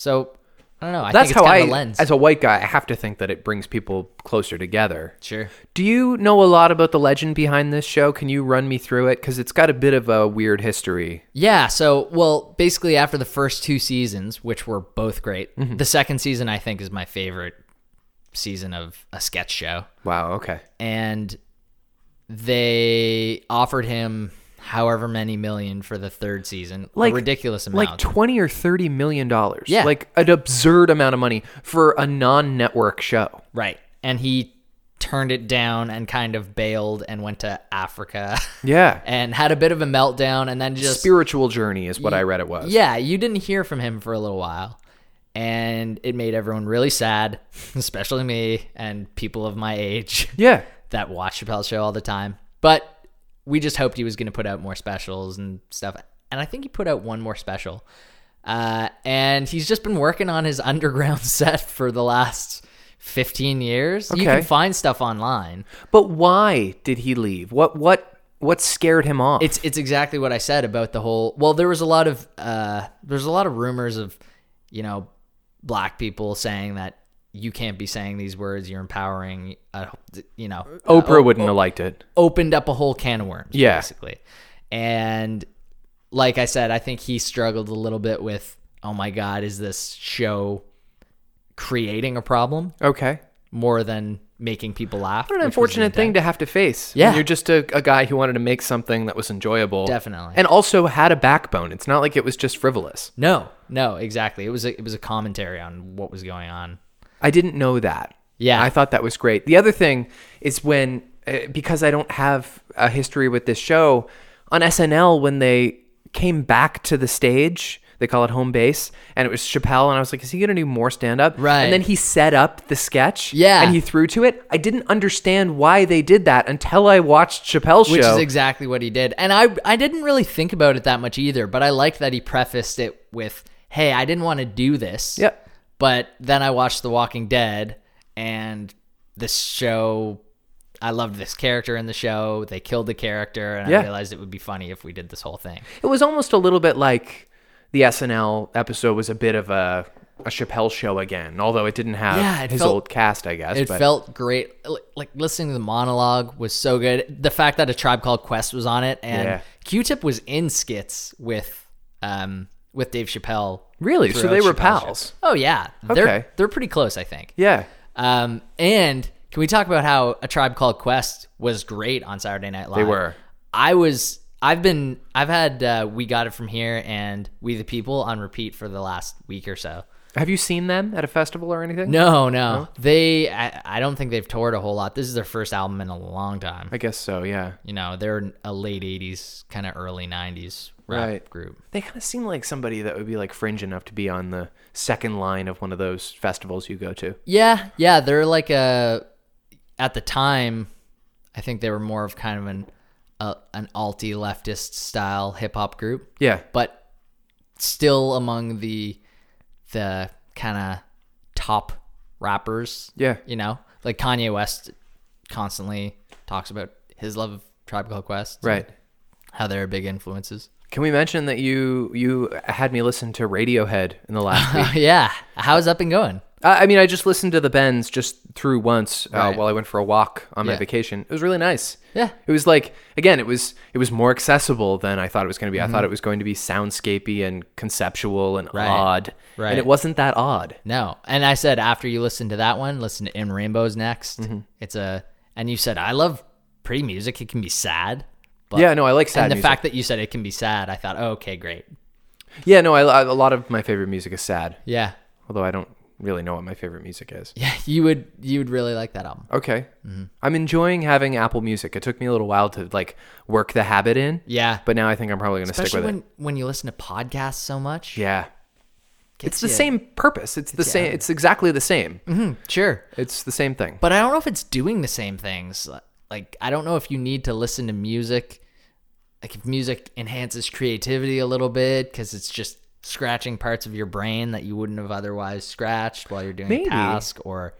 Speaker 5: So, I don't know. I
Speaker 4: That's
Speaker 5: think it's
Speaker 4: how
Speaker 5: kind
Speaker 4: I,
Speaker 5: of a lens.
Speaker 4: as a white guy, I have to think that it brings people closer together.
Speaker 5: sure.
Speaker 4: Do you know a lot about the legend behind this show? Can you run me through it? Because it's got a bit of a weird history.
Speaker 5: Yeah, so well, basically after the first two seasons, which were both great, the second season I think is my favorite season of a sketch show,
Speaker 4: Wow. Okay.
Speaker 5: and they offered him however many million for the third season, like, a ridiculous amount.
Speaker 4: Like twenty or thirty million dollars.
Speaker 5: Yeah.
Speaker 4: Like an absurd amount of money for a non-network show.
Speaker 5: right, and he turned it down and kind of bailed and went to Africa
Speaker 4: Yeah.
Speaker 5: and had a bit of a meltdown, and then just
Speaker 4: Spiritual journey is what I read it was.
Speaker 5: Yeah, you didn't hear from him for a little while. And it made everyone really sad, especially me and people of my age
Speaker 4: Yeah.
Speaker 5: that watch Chappelle's show all the time. But we just hoped he was going to put out more specials and stuff. And I think he put out one more special. Uh, and he's just been working on his underground set for the last 15 years. You
Speaker 4: Okay.
Speaker 5: can find stuff online.
Speaker 4: But why did he leave? What what what scared him off?
Speaker 5: It's it's exactly what I said about the whole. Well, there was a lot of uh, there's a lot of rumors of, you know, black people saying that you can't be saying these words. You're empowering. Uh, you know, uh,
Speaker 4: Oprah wouldn't have liked it.
Speaker 5: opened up a whole can of worms.
Speaker 4: Yeah.
Speaker 5: basically. And like I said, I think he struggled a little bit with. Oh my God, is this show creating a problem
Speaker 4: Okay.
Speaker 5: more than making people laugh. which was
Speaker 4: What an
Speaker 5: the
Speaker 4: unfortunate thing to have to face. when
Speaker 5: Yeah.
Speaker 4: You're just a, a guy who wanted to make something that was enjoyable.
Speaker 5: Definitely.
Speaker 4: And also had a backbone. It's not like it was just frivolous.
Speaker 5: No, no, exactly. It was a, it was a commentary on what was going on.
Speaker 4: I didn't know that.
Speaker 5: Yeah.
Speaker 4: I thought that was great. The other thing is when, uh, because I don't have a history with this show, on SNL, when they came back to the stage, they call it home base, and it was Chappelle, and I was like, is he going to do more stand up?
Speaker 5: Right.
Speaker 4: And then he set up the sketch.
Speaker 5: Yeah.
Speaker 4: And he threw to it. I didn't understand why they did that until I watched Chappelle's
Speaker 5: Which
Speaker 4: show.
Speaker 5: is exactly what he did. And I I didn't really think about it that much either, but I like that he prefaced it with, "Hey, I didn't want to do this."
Speaker 4: Yep.
Speaker 5: But then I watched The Walking Dead and this show I loved this character in the show. They killed the character and
Speaker 4: Yeah.
Speaker 5: I realized it would be funny if we did this whole thing.
Speaker 4: It was almost a little bit like the SNL episode was a bit of a a Chappelle show again, although it didn't have
Speaker 5: Yeah, it
Speaker 4: his
Speaker 5: felt-
Speaker 4: old cast, I guess.
Speaker 5: It
Speaker 4: but
Speaker 5: felt great. L- Like listening to the monologue was so good. The fact that a tribe called Quest was on it, and
Speaker 4: Yeah.
Speaker 5: Q-Tip was in skits with, um, with Dave Chappelle.
Speaker 4: Really? So
Speaker 5: throughout
Speaker 4: they were
Speaker 5: Chappelle's
Speaker 4: pals?
Speaker 5: show. Oh yeah, they're
Speaker 4: Okay.
Speaker 5: they're pretty close, I think.
Speaker 4: yeah,
Speaker 5: Um, and can we talk about how a tribe called Quest was great on Saturday Night Live?
Speaker 4: They were.
Speaker 5: I was. I've been. I've had. Uh, we got it from here and we the people on repeat for the last week or so.
Speaker 4: have you seen them at a festival or anything?
Speaker 5: No, no. They I, I don't think they've toured a whole lot. This is their first album in a long time.
Speaker 4: I guess so. Yeah,
Speaker 5: you know, they're a late 80s kind of early 90s rap
Speaker 4: Right.
Speaker 5: group.
Speaker 4: they kind of seem like somebody that would be like fringe enough to be on the second line of one of those festivals you go to.
Speaker 5: Yeah, yeah, they're like a at the time I think they were more of kind of an uh, an alti leftist style hip hop group.
Speaker 4: Yeah,
Speaker 5: But still among the the kind of top rappers.
Speaker 4: Yeah.
Speaker 5: You know, like Kanye West constantly talks about his love of Tribe Called Quest. and
Speaker 4: right.
Speaker 5: How they're big influences.
Speaker 4: Can we mention that you you had me listen to Radiohead in the last week?
Speaker 5: Uh, yeah. How's that been going?
Speaker 4: I I mean, I just listened to the Bends just through once uh,
Speaker 5: Right.
Speaker 4: while I went for a walk on my
Speaker 5: Yeah.
Speaker 4: vacation. It was really nice.
Speaker 5: Yeah.
Speaker 4: it was like again, it was it was more accessible than I thought it was going to be. I thought it was going to be soundscapey and conceptual and
Speaker 5: Right.
Speaker 4: odd,
Speaker 5: Right.
Speaker 4: and it wasn't that odd.
Speaker 5: No. And I said after you listen to that one, listen to In Rainbows next.
Speaker 4: Mm-hmm.
Speaker 5: It's a and you said I love pretty music. It can be sad. But
Speaker 4: yeah, no, I like sad
Speaker 5: and the
Speaker 4: music.
Speaker 5: fact that you said it can be sad, I thought, oh, okay, great.
Speaker 4: yeah, no, I, I, a lot of my favorite music is sad,
Speaker 5: Yeah.
Speaker 4: although I don't really know what my favorite music is.
Speaker 5: Yeah, you would you would really like that album.
Speaker 4: Okay,
Speaker 5: Mm-hmm.
Speaker 4: I'm enjoying having Apple Music. It took me a little while to like work the habit in.
Speaker 5: Yeah.
Speaker 4: but now I think I'm probably going to stick
Speaker 5: Especially
Speaker 4: with
Speaker 5: when
Speaker 4: it.
Speaker 5: when you listen to podcasts so much.
Speaker 4: Yeah.
Speaker 5: Gets
Speaker 4: It's the
Speaker 5: you- Mm-hmm.
Speaker 4: same purpose. It's the same. It's exactly the same.
Speaker 5: Sure.
Speaker 4: It's the same thing.
Speaker 5: But I don't know if it's doing the same things. Like I don't know if you need to listen to music like if music enhances creativity a little bit cuz it's just scratching parts of your brain that you wouldn't have otherwise scratched while you're doing
Speaker 4: Maybe.
Speaker 5: a task or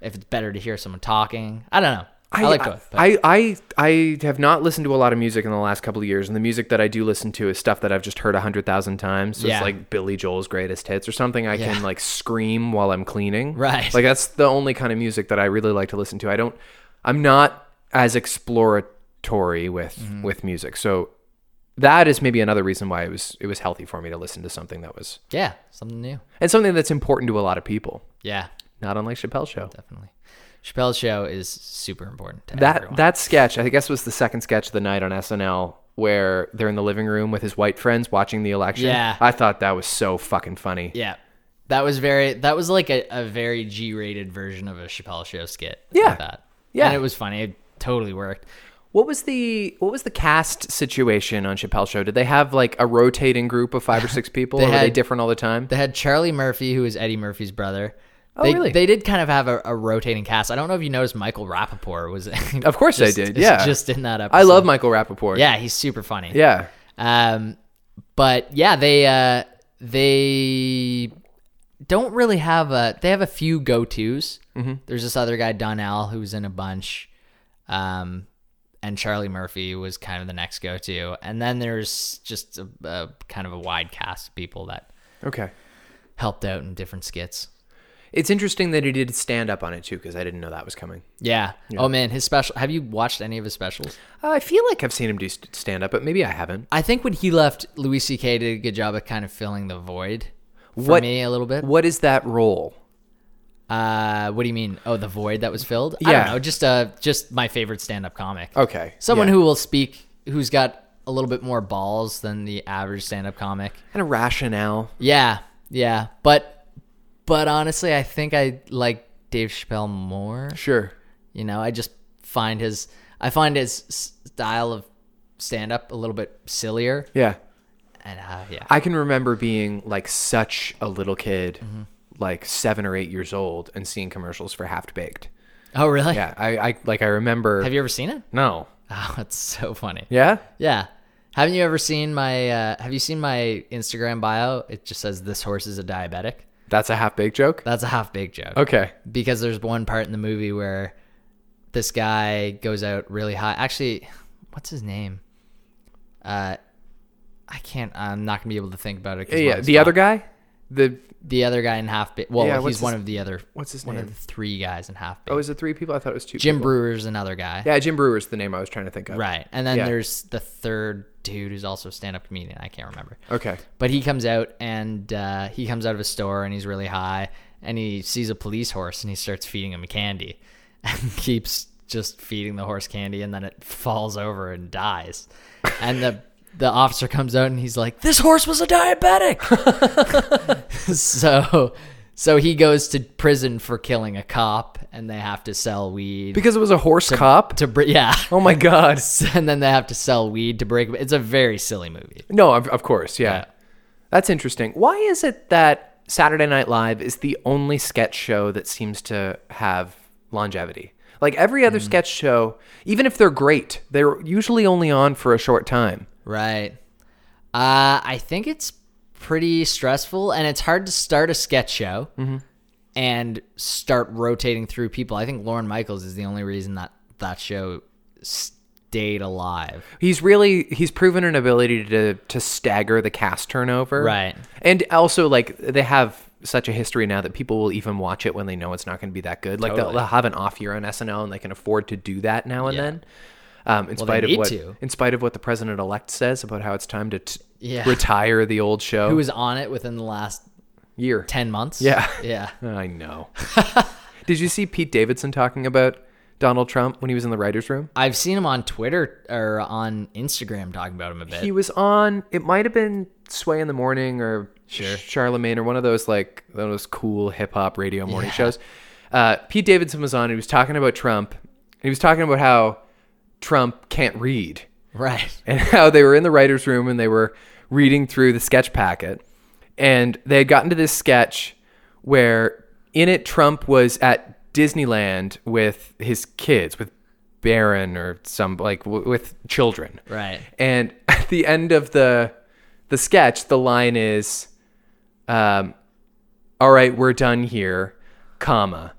Speaker 5: if it's better to hear someone talking. I don't know. I, like both. but-
Speaker 4: I, I I have not listened to a lot of music in the last couple of years, and the music that I do listen to is stuff that I've just heard a hundred thousand times. So
Speaker 5: Yeah.
Speaker 4: It's like Billy Joel's greatest hits or something I
Speaker 5: Yeah.
Speaker 4: can like scream while I'm cleaning.
Speaker 5: Right.
Speaker 4: Like that's the only kind of music that I really like to listen to. I don't. I'm not as exploratory with
Speaker 5: Mm-hmm.
Speaker 4: with music, so that is maybe another reason why it was it was healthy for me to listen to something that was
Speaker 5: yeah, something new.
Speaker 4: and something that's important to a lot of people.
Speaker 5: Yeah,
Speaker 4: Not unlike Chappelle's show.
Speaker 5: definitely. Chappelle's show is super important to
Speaker 4: That
Speaker 5: everyone.
Speaker 4: that sketch, I guess, was the second sketch of the night on SNL where they're in the living room with his white friends watching the election.
Speaker 5: Yeah.
Speaker 4: I thought that was so fucking funny.
Speaker 5: Yeah. That was very that was like a, a very G rated version of a Chappelle show skit.
Speaker 4: Yeah.
Speaker 5: Like that.
Speaker 4: Yeah.
Speaker 5: And it was funny. It totally worked.
Speaker 4: What was the what was the cast situation on Chappelle's show? Did they have like a rotating group of five or six people?
Speaker 5: They
Speaker 4: or were they
Speaker 5: had-
Speaker 4: different all the time?
Speaker 5: They had Charlie Murphy, who is Eddie Murphy's brother. Oh, they,
Speaker 4: really?
Speaker 5: they did kind of have a, a rotating cast. I don't know if you noticed Michael Rappaport was
Speaker 4: of course
Speaker 5: just,
Speaker 4: they did.
Speaker 5: is
Speaker 4: Yeah.
Speaker 5: Just in that episode.
Speaker 4: I love Michael Rappaport.
Speaker 5: Yeah, he's super funny.
Speaker 4: Yeah.
Speaker 5: Um but yeah, they uh they don't really have a they have a few go tos. Mm-hmm. There's this other guy Donnell who's in a bunch, um, and Charlie Murphy was kind of the next go to, and then there's just a, a kind of a wide cast of people that
Speaker 4: Okay.
Speaker 5: helped out in different skits.
Speaker 4: It's interesting that he did stand up on it too, because I didn't know that was coming.
Speaker 5: Yeah. Oh man, his special. Have you watched any of his specials?
Speaker 4: I feel like I've seen him do stand up, but maybe I haven't.
Speaker 5: I think when he left, Louis C.K. did a good job of kind of filling the void for
Speaker 4: What-
Speaker 5: me a little bit.
Speaker 4: What is that role?
Speaker 5: Uh, what do you mean? Oh, the void that was filled. I
Speaker 4: Yeah.
Speaker 5: don't know. Just uh, just my favorite stand-up comic.
Speaker 4: Okay,
Speaker 5: someone
Speaker 4: yeah.
Speaker 5: who will speak, who's got a little bit more balls than the average stand-up comic.
Speaker 4: Kind of rationale.
Speaker 5: Yeah, yeah, but but honestly, I think I like Dave Chappelle more.
Speaker 4: Sure.
Speaker 5: You know, I just find his I find his s- style of stand-up a little bit sillier.
Speaker 4: Yeah.
Speaker 5: And uh, yeah,
Speaker 4: I can remember being like such a little kid,
Speaker 5: Mm-hmm.
Speaker 4: like seven or eight years old, and seeing commercials for Half Baked.
Speaker 5: oh really?
Speaker 4: Yeah, I, I like I remember.
Speaker 5: Have you ever seen it?
Speaker 4: No.
Speaker 5: Oh, it's so funny.
Speaker 4: Yeah.
Speaker 5: Yeah. Haven't you ever seen my uh, have you seen my Instagram bio? It just says this horse is a diabetic.
Speaker 4: That's a half baked joke.
Speaker 5: That's a half baked joke.
Speaker 4: Okay.
Speaker 5: Because there's one part in the movie where this guy goes out really high. Actually, what's his name? Uh I can't I'm not going to be able to think about it 'cause
Speaker 4: Yeah.
Speaker 5: mine's
Speaker 4: The
Speaker 5: not-
Speaker 4: other guy. The
Speaker 5: the other guy in half baked. Well,
Speaker 4: Yeah,
Speaker 5: he's
Speaker 4: what's his-
Speaker 5: one of the other
Speaker 4: what's his
Speaker 5: one
Speaker 4: name?
Speaker 5: of the three guys in half baked.
Speaker 4: oh, is it three people? I thought it was two.
Speaker 5: Jim
Speaker 4: people.
Speaker 5: Brewer's another guy.
Speaker 4: Yeah, Jim Brewer's the name I was trying to think of.
Speaker 5: Right. And then
Speaker 4: Yeah.
Speaker 5: there's the third dude who's also a stand-up comedian. I can't remember.
Speaker 4: Okay.
Speaker 5: But he comes out and uh, he comes out of a store and he's really high and he sees a police horse and he starts feeding him candy and keeps just feeding the horse candy and then it falls over and dies. And the the officer comes out and he's like, "This horse was a diabetic." so so he goes to prison for killing a cop and they have to sell weed
Speaker 4: Because it was a horse cop.
Speaker 5: to br- yeah.
Speaker 4: oh my god.
Speaker 5: And then they have to sell weed to break. It's a very silly movie.
Speaker 4: No, of, of course. Yeah.
Speaker 5: Yeah.
Speaker 4: That's interesting. Why is it that Saturday Night Live is the only sketch show that seems to have longevity? Like every other sketch show, even if they're great, they're usually only on for a short time.
Speaker 5: Right. Uh, I think it's pretty stressful, and it's hard to start a sketch show
Speaker 4: Mm-hmm.
Speaker 5: and start rotating through people. I think Lauren Michaels is the only reason that that show stayed alive.
Speaker 4: He's really he's proven an ability to to stagger the cast turnover.
Speaker 5: Right.
Speaker 4: And also like they have such a history now that people will even watch it when they know it's not going to be that good. Like they'll,
Speaker 5: Totally.
Speaker 4: they'll have an off year on SNL and they can afford to do that now and
Speaker 5: Yeah.
Speaker 4: then. Um, in
Speaker 5: they
Speaker 4: spite of
Speaker 5: need
Speaker 4: what
Speaker 5: to.
Speaker 4: in spite of what the president elect says about how it's time to t-
Speaker 5: Yeah.
Speaker 4: retire the old show
Speaker 5: Who was on it within the last
Speaker 4: year.
Speaker 5: ten months?
Speaker 4: Yeah.
Speaker 5: yeah.
Speaker 4: I know. Did you see Pete Davidson talking about Donald Trump when he was in the writers room?
Speaker 5: I've seen him on Twitter or on Instagram talking about him a bit.
Speaker 4: he was on it might have been sway in the morning or charlemagne or one of those like those cool hip-hop radio morning shows uh, pete davidson was on and he was talking about trump and he was talking about how trump can't read
Speaker 5: right.
Speaker 4: and how they were in the writer's room and they were reading through the sketch packet. And they had gotten to this sketch where in it Trump was at Disneyland with his kids, with Barron or some like w- with children.
Speaker 5: Right.
Speaker 4: And at the end of the the sketch, the line is um all right, we're done here, comma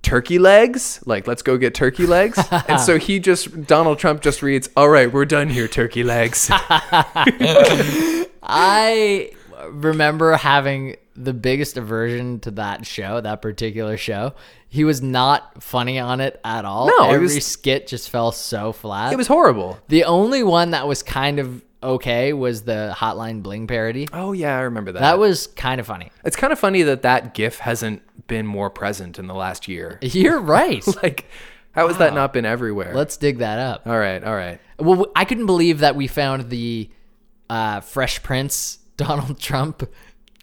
Speaker 4: turkey legs like let's go get turkey legs and so he just donald trump just reads all right we're done here turkey legs
Speaker 5: I remember having the biggest aversion to that show, that particular show. He was not funny on it at all.
Speaker 4: No, it
Speaker 5: every
Speaker 4: was-
Speaker 5: skit just fell so flat.
Speaker 4: it was horrible
Speaker 5: the only one that was kind of okay was the Hotline Bling parody.
Speaker 4: oh yeah i remember that,
Speaker 5: That was kind of funny.
Speaker 4: it's kind of funny that that gif hasn't been more present in the last year
Speaker 5: You're right.
Speaker 4: like how has that not been everywhere
Speaker 5: Let's dig that up.
Speaker 4: all right all right
Speaker 5: Well, w- I couldn't believe that we found the uh, Fresh Prince Donald Trump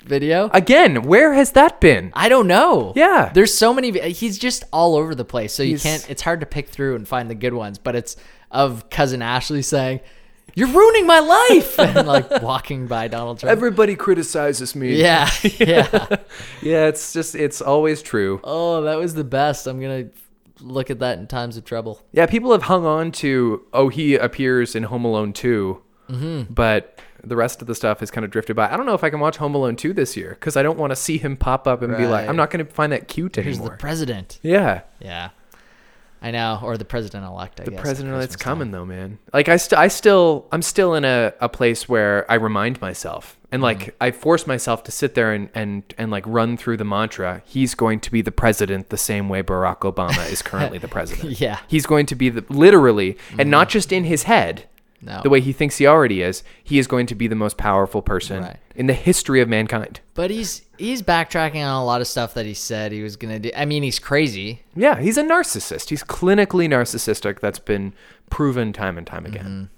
Speaker 5: video.
Speaker 4: again where has that been
Speaker 5: I don't know.
Speaker 4: Yeah.
Speaker 5: There's so many. He's just all over the place. So you
Speaker 4: He's-
Speaker 5: can't, it's hard to pick through and find the good ones, but it's of cousin Ashley saying, you're ruining my life. and like walking by Donald Trump.
Speaker 4: everybody criticizes me
Speaker 5: yeah. Yeah.
Speaker 4: yeah it's just it's always true
Speaker 5: oh, that was the best. I'm going to look at that in times of trouble.
Speaker 4: Yeah, people have hung on to oh he appears in Home Alone 2
Speaker 5: Mm-hmm.
Speaker 4: but the rest of the stuff has kind of drifted by. I don't know if I can watch Home Alone two this year because I don't want to see him pop up and be like,
Speaker 5: Right.
Speaker 4: I'm not going to find that cute
Speaker 5: Here's the
Speaker 4: anymore.
Speaker 5: president.
Speaker 4: yeah,
Speaker 5: Yeah. I know. Or the president elect, I
Speaker 4: the
Speaker 5: guess. at
Speaker 4: president that's
Speaker 5: Christmas
Speaker 4: coming though, man. Like I, st- I still, I'm still in a, a place where I remind myself and like
Speaker 5: Mm-hmm.
Speaker 4: I force myself to sit there and and and like run through the mantra. He's going to be the president the same way Barack Obama is currently the president.
Speaker 5: Yeah. Mm-hmm.
Speaker 4: he's going to be the literally and not just in his head.
Speaker 5: No.
Speaker 4: the way he thinks he already is, he is going to be the most powerful person
Speaker 5: Right.
Speaker 4: in the history of mankind.
Speaker 5: But he's he's backtracking on a lot of stuff that he said he was gonna do. I mean, he's crazy.
Speaker 4: Yeah, he's a narcissist. He's clinically narcissistic. That's been proven time and time
Speaker 5: Mm-hmm.
Speaker 4: again.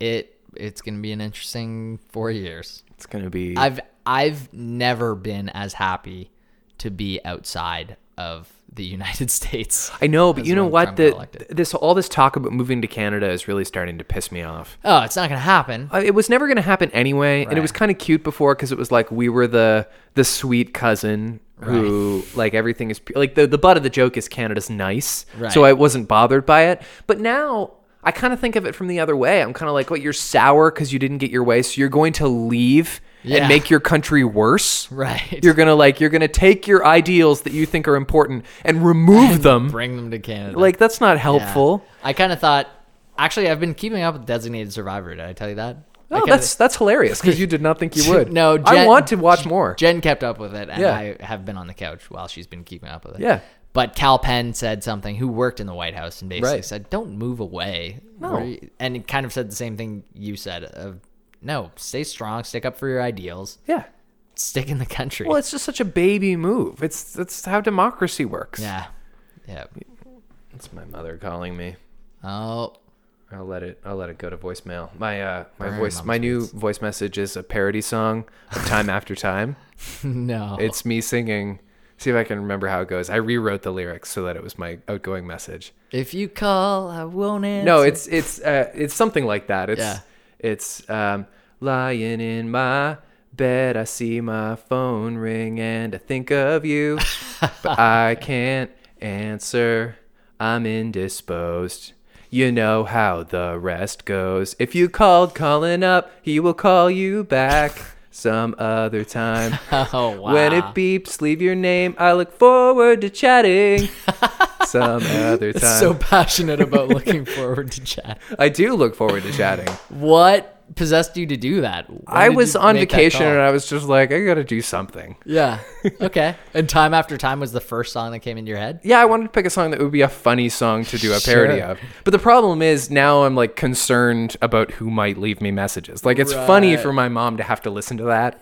Speaker 5: It it's gonna be an interesting four years.
Speaker 4: It's going to be.
Speaker 5: I've I've never been as happy to be outside of the United States.
Speaker 4: I know, but
Speaker 5: as
Speaker 4: you know
Speaker 5: when
Speaker 4: what?
Speaker 5: Trump got
Speaker 4: The,
Speaker 5: elected.
Speaker 4: this all this talk about moving to Canada is really starting to piss me off.
Speaker 5: Oh, it's not gonna happen.
Speaker 4: Uh, It was never going to happen anyway, and it
Speaker 5: Right.
Speaker 4: was kind of cute before because it was like we were the the sweet cousin who like everything is pu- like the the butt of the joke is Canada's nice, so
Speaker 5: Right.
Speaker 4: I wasn't bothered by it. But now I kind of think of it from the other way. I'm kind of like, what? You're sour because you didn't get your way, so you're going to leave and
Speaker 5: Yeah.
Speaker 4: make your country worse.
Speaker 5: Right.
Speaker 4: You're gonna like you're gonna take your ideals that you think are important and remove them.
Speaker 5: Bring them to Canada.
Speaker 4: um, Like that's not
Speaker 5: Yeah.
Speaker 4: helpful.
Speaker 5: I kind of thought. Actually, I've been keeping up with Designated Survivor. Did I tell you that? I
Speaker 4: Oh,
Speaker 5: kinda-
Speaker 4: that's that's hilarious because you did not think you would.
Speaker 5: no,
Speaker 4: I
Speaker 5: Jen-
Speaker 4: want to watch more.
Speaker 5: Jen kept up with it, and
Speaker 4: Yeah.
Speaker 5: I have been on the couch while she's been keeping up with it.
Speaker 4: Yeah.
Speaker 5: But Cal Penn said something, who worked in the White House, and basically
Speaker 4: Right.
Speaker 5: said, "Don't move away."
Speaker 4: No.
Speaker 5: Re- And it kind of said the same thing you said of, "No, stay strong, stick up for your ideals,
Speaker 4: yeah.
Speaker 5: stick in the country."
Speaker 4: Well, it's just such a baby move. It's that's how democracy works.
Speaker 5: yeah, yeah.
Speaker 4: That's my mother calling me.
Speaker 5: Oh,
Speaker 4: I'll let it. I'll let it go to voicemail. My uh, my voice. My new voice message is a parody song, of Time After Time.
Speaker 5: no.
Speaker 4: It's me singing. See if I can remember how it goes. I rewrote the lyrics so that it was my outgoing message.
Speaker 5: if you call, I won't answer.
Speaker 4: No, it's it's uh, it's something like that. It's
Speaker 5: Yeah.
Speaker 4: it's um, lying in my bed. I see my phone ring and I think of you, but I can't answer. I'm indisposed. You know how the rest goes. If you called Colin up, he will call you back some other time.
Speaker 5: oh wow.
Speaker 4: When it beeps, leave your name. I look forward to chatting some other time.
Speaker 5: so passionate about looking forward to chat.
Speaker 4: I do look forward to chatting.
Speaker 5: What possessed you to do that? When
Speaker 4: I
Speaker 5: did you
Speaker 4: was on
Speaker 5: make that
Speaker 4: vacation
Speaker 5: call?
Speaker 4: and I was just like, I gotta do something.
Speaker 5: Yeah. Okay. and time after time was the first song that came into your head.
Speaker 4: Yeah, I wanted to pick a song that would be a funny song to do a parody
Speaker 5: Sure.
Speaker 4: of. But the problem is now I'm like concerned about who might leave me messages. Like it's funny for my mom to have to listen to that.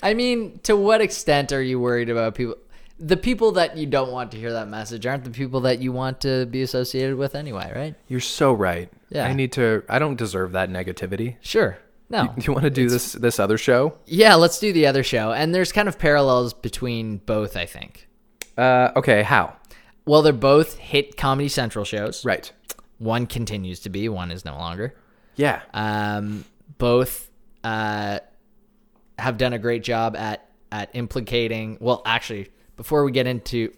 Speaker 5: I mean, to what extent are you worried about people? The people that you don't want to hear that message aren't the people that you want to be associated with anyway, right?
Speaker 4: You're so right.
Speaker 5: Yeah.
Speaker 4: I need to I don't deserve that negativity.
Speaker 5: Sure. No.
Speaker 4: Do you want to do this this other show?
Speaker 5: Yeah, let's do the other show. And there's kind of parallels between both, I think.
Speaker 4: Uh, okay, how?
Speaker 5: Well, they're both hit Comedy Central shows.
Speaker 4: Right.
Speaker 5: One continues to be, one is no longer.
Speaker 4: Yeah.
Speaker 5: Um, both uh, have done a great job at at implicating. Well, actually, before we get into,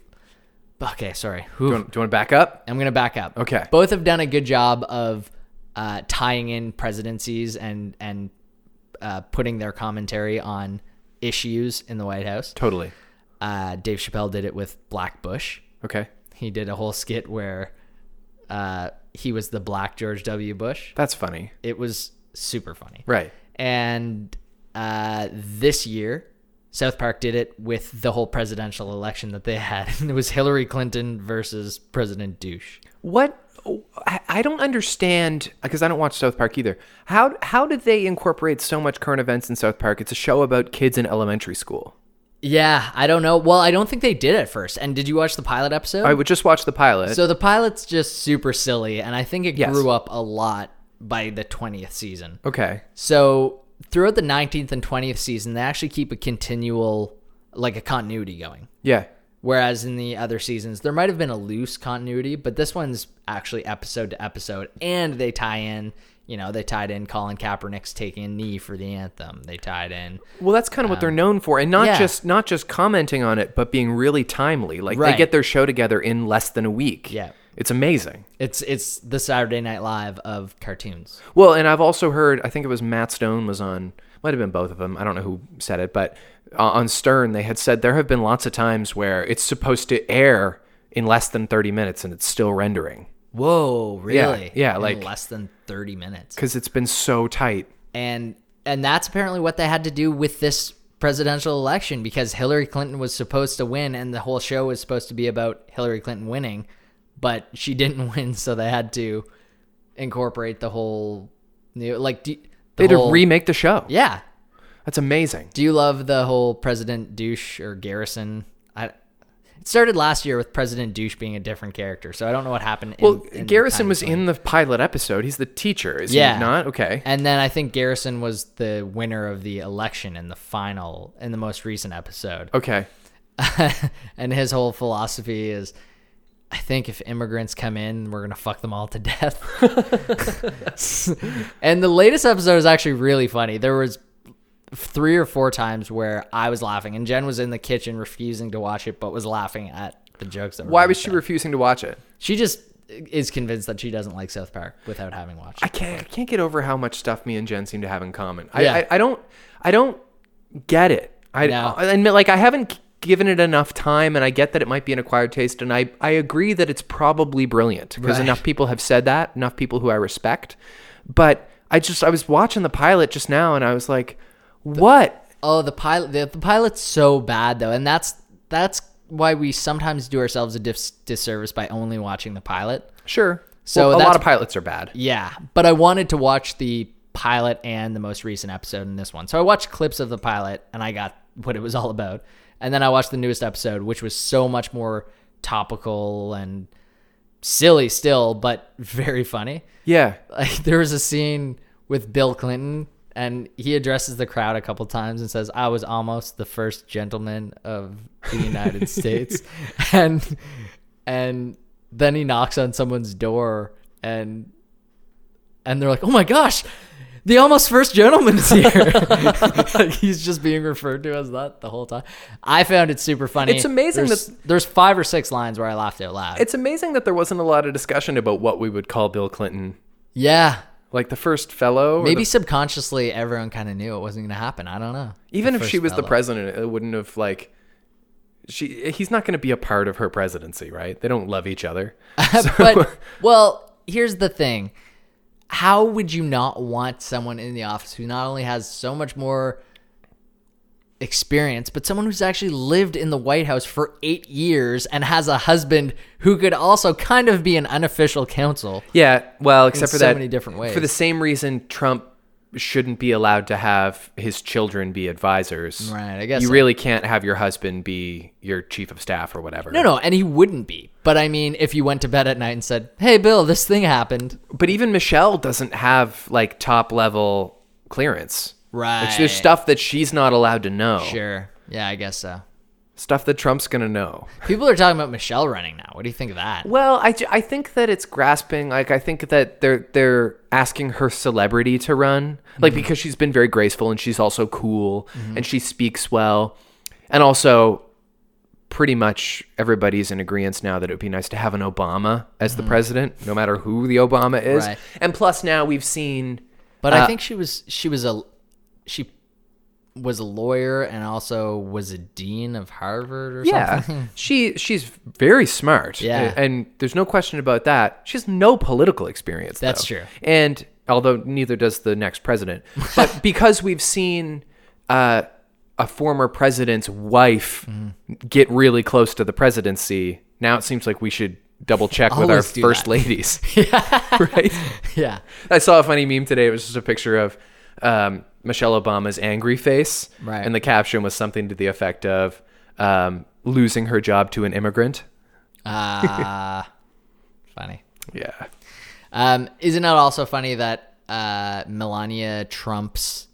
Speaker 5: okay, sorry,
Speaker 4: do, you want, do you want to back up?
Speaker 5: I'm gonna back up.
Speaker 4: Okay.
Speaker 5: both have done a good job of uh, tying in presidencies and and uh, putting their commentary on issues in the White House.
Speaker 4: Totally.
Speaker 5: Uh, Dave Chappelle did it with Black Bush
Speaker 4: Okay.
Speaker 5: he did a whole skit where uh, he was the black George W. Bush.
Speaker 4: That's funny.
Speaker 5: It was super funny.
Speaker 4: Right.
Speaker 5: And uh, this year, South Park did it with the whole presidential election that they had. And it was Hillary Clinton versus President Douche.
Speaker 4: What I, I don't understand because I don't watch South Park either. How how did they incorporate so much current events in South Park? It's a show about kids in elementary school.
Speaker 5: Yeah, I don't know. Well, I don't think they did at first. And did you watch the pilot episode?
Speaker 4: I would just watch the pilot.
Speaker 5: so the pilot's just super silly. And I think it
Speaker 4: Yes.
Speaker 5: grew up a lot by the 20th season.
Speaker 4: okay,
Speaker 5: So throughout the 19th and 20th season, they actually keep a continual, like a continuity going.
Speaker 4: yeah,
Speaker 5: Whereas in the other seasons, there might have been a loose continuity, but this one's actually episode to episode. And they tie in, you know, they tied in Colin Kaepernick's taking a knee for the anthem. They tied in.
Speaker 4: well, that's kind of what they're known for, and not
Speaker 5: Um, yeah.
Speaker 4: just not just commenting on it, but being really timely. Like they
Speaker 5: Right.
Speaker 4: get their show together in less than a week.
Speaker 5: Yeah.
Speaker 4: it's amazing.
Speaker 5: It's it's the Saturday Night Live of cartoons.
Speaker 4: Well, and I've also heard. I think it was Matt Stone was on. Might have been both of them. I don't know who said it, but uh, on Stern they had said there have been lots of times where it's supposed to air in less than thirty minutes and it's still rendering.
Speaker 5: Whoa, really?
Speaker 4: yeah,
Speaker 5: In
Speaker 4: like-
Speaker 5: less than 30 minutes.
Speaker 4: because it's been so tight.
Speaker 5: and and that's apparently what they had to do with this presidential election because Hillary Clinton was supposed to win and the whole show was supposed to be about Hillary Clinton winning, but she didn't win, so they had to incorporate the whole new like do, the
Speaker 4: They had to
Speaker 5: whole-
Speaker 4: remake the show.
Speaker 5: Yeah,
Speaker 4: That's amazing.
Speaker 5: Do you love the whole President Douche or Garrison? I it started last year with President Douche being a different character, so I don't know what happened. in-
Speaker 4: Well,
Speaker 5: in the
Speaker 4: Garrison was
Speaker 5: timeline.
Speaker 4: in the pilot episode. He's the teacher, is
Speaker 5: Yeah.
Speaker 4: he not? Okay.
Speaker 5: and then I think Garrison was the winner of the election in the final in the most recent episode.
Speaker 4: Okay.
Speaker 5: and his whole philosophy is I think if immigrants come in, we're gonna fuck them all to death. and the latest episode is actually really funny. There was three or four times where I was laughing, and Jen was in the kitchen refusing to watch it, but was laughing at the jokes. That were
Speaker 4: Why
Speaker 5: being
Speaker 4: was she
Speaker 5: said.
Speaker 4: refusing to watch it?
Speaker 5: she just is convinced that she doesn't like South Park without having watched.
Speaker 4: I
Speaker 5: it.
Speaker 4: can't I can't get over how much stuff me and Jen seem to have in common. I,
Speaker 5: Yeah.
Speaker 4: I, I don't I don't get it. I,
Speaker 5: No.
Speaker 4: I admit like I haven't given it enough time and I get that it might be an acquired taste and I, I agree that it's probably brilliant because
Speaker 5: Right.
Speaker 4: enough people have said that, enough people who I respect. But I just I was watching the pilot just now and I was like, what?
Speaker 5: Oh, the pilot. The, the pilot's so bad though, and that's that's why we sometimes do ourselves a dis- disservice by only watching the pilot.
Speaker 4: Sure.
Speaker 5: So
Speaker 4: So a
Speaker 5: that's-
Speaker 4: lot of pilots are bad.
Speaker 5: Yeah, but I wanted to watch the pilot and the most recent episode in this one. So I watched clips of the pilot and I got what it was all about. And then I watched the newest episode, which was so much more topical and silly still, but very funny.
Speaker 4: Yeah.
Speaker 5: Like there was a scene with Bill Clinton and he addresses the crowd a couple times and says, "I was almost the first gentleman of the United States." And and then he knocks on someone's door and and they're like, "Oh my gosh, the almost first gentleman is here." Like, he's just being referred to as that the whole time. I found it super funny.
Speaker 4: It's amazing
Speaker 5: there's,
Speaker 4: that-
Speaker 5: there's five or six lines where I laughed out loud.
Speaker 4: It's amazing that there wasn't a lot of discussion about what we would call Bill Clinton.
Speaker 5: yeah,
Speaker 4: Like the first fellow. or
Speaker 5: Maybe
Speaker 4: the-
Speaker 5: subconsciously everyone kind of knew it wasn't going to happen. I don't know.
Speaker 4: even
Speaker 5: The
Speaker 4: if
Speaker 5: first
Speaker 4: she was the
Speaker 5: ballot.
Speaker 4: president, it wouldn't have like she he's not going to be a part of her presidency, right? They don't love each other. So-
Speaker 5: But well, here's the thing: how would you not want someone in the office who not only has so much more experience, but someone who's actually lived in the White House for eight years and has a husband who could also kind of be an unofficial counsel?
Speaker 4: yeah, well, except for
Speaker 5: so
Speaker 4: that
Speaker 5: many different
Speaker 4: For the
Speaker 5: ways.
Speaker 4: same reason Trump shouldn't be allowed to have his children be advisors.
Speaker 5: Right, I guess
Speaker 4: You
Speaker 5: so.
Speaker 4: really can't have your husband be your chief of staff or whatever.
Speaker 5: No, no, and he wouldn't be. But I mean, if you went to bed at night and said, "Hey, Bill, this thing happened,"
Speaker 4: But even Michelle doesn't have like top level clearance. Like,
Speaker 5: Right.
Speaker 4: there's stuff that she's not allowed to know.
Speaker 5: sure, yeah, I guess so.
Speaker 4: Stuff that Trump's going to know.
Speaker 5: People are talking about Michelle running now. What do you think of that?
Speaker 4: Well, I, ju- I think that it's grasping. Like I think that they're they're asking her celebrity to run, like
Speaker 5: Mm-hmm.
Speaker 4: because she's been very graceful and she's also cool and she speaks well, and also pretty much everybody's in agreement now that it would be nice to have an Obama as the president, no matter who the Obama is.
Speaker 5: Mm-hmm. Right.
Speaker 4: And plus, now we've seen
Speaker 5: But I
Speaker 4: Uh,
Speaker 5: think she was she was a she was a lawyer and also was a dean of Harvard or something.
Speaker 4: Yeah, she she's very smart.
Speaker 5: Yeah.
Speaker 4: a- and there's no question about that. She has no political experience.
Speaker 5: That's
Speaker 4: though.
Speaker 5: true.
Speaker 4: And although neither does the next president, but because we've seen uh, a former president's wife
Speaker 5: Mm-hmm.
Speaker 4: get really close to the presidency, now it seems like we should double check with our
Speaker 5: Always do
Speaker 4: first
Speaker 5: that.
Speaker 4: ladies, right?
Speaker 5: Yeah.
Speaker 4: I saw a funny meme today. It was just a picture of um, Michelle Obama's angry face,
Speaker 5: Right.
Speaker 4: And the caption was something to the effect of um, "losing her job to an immigrant."
Speaker 5: Ah, funny.
Speaker 4: Yeah,
Speaker 5: Um, isn't it also funny that uh, Melania Trump's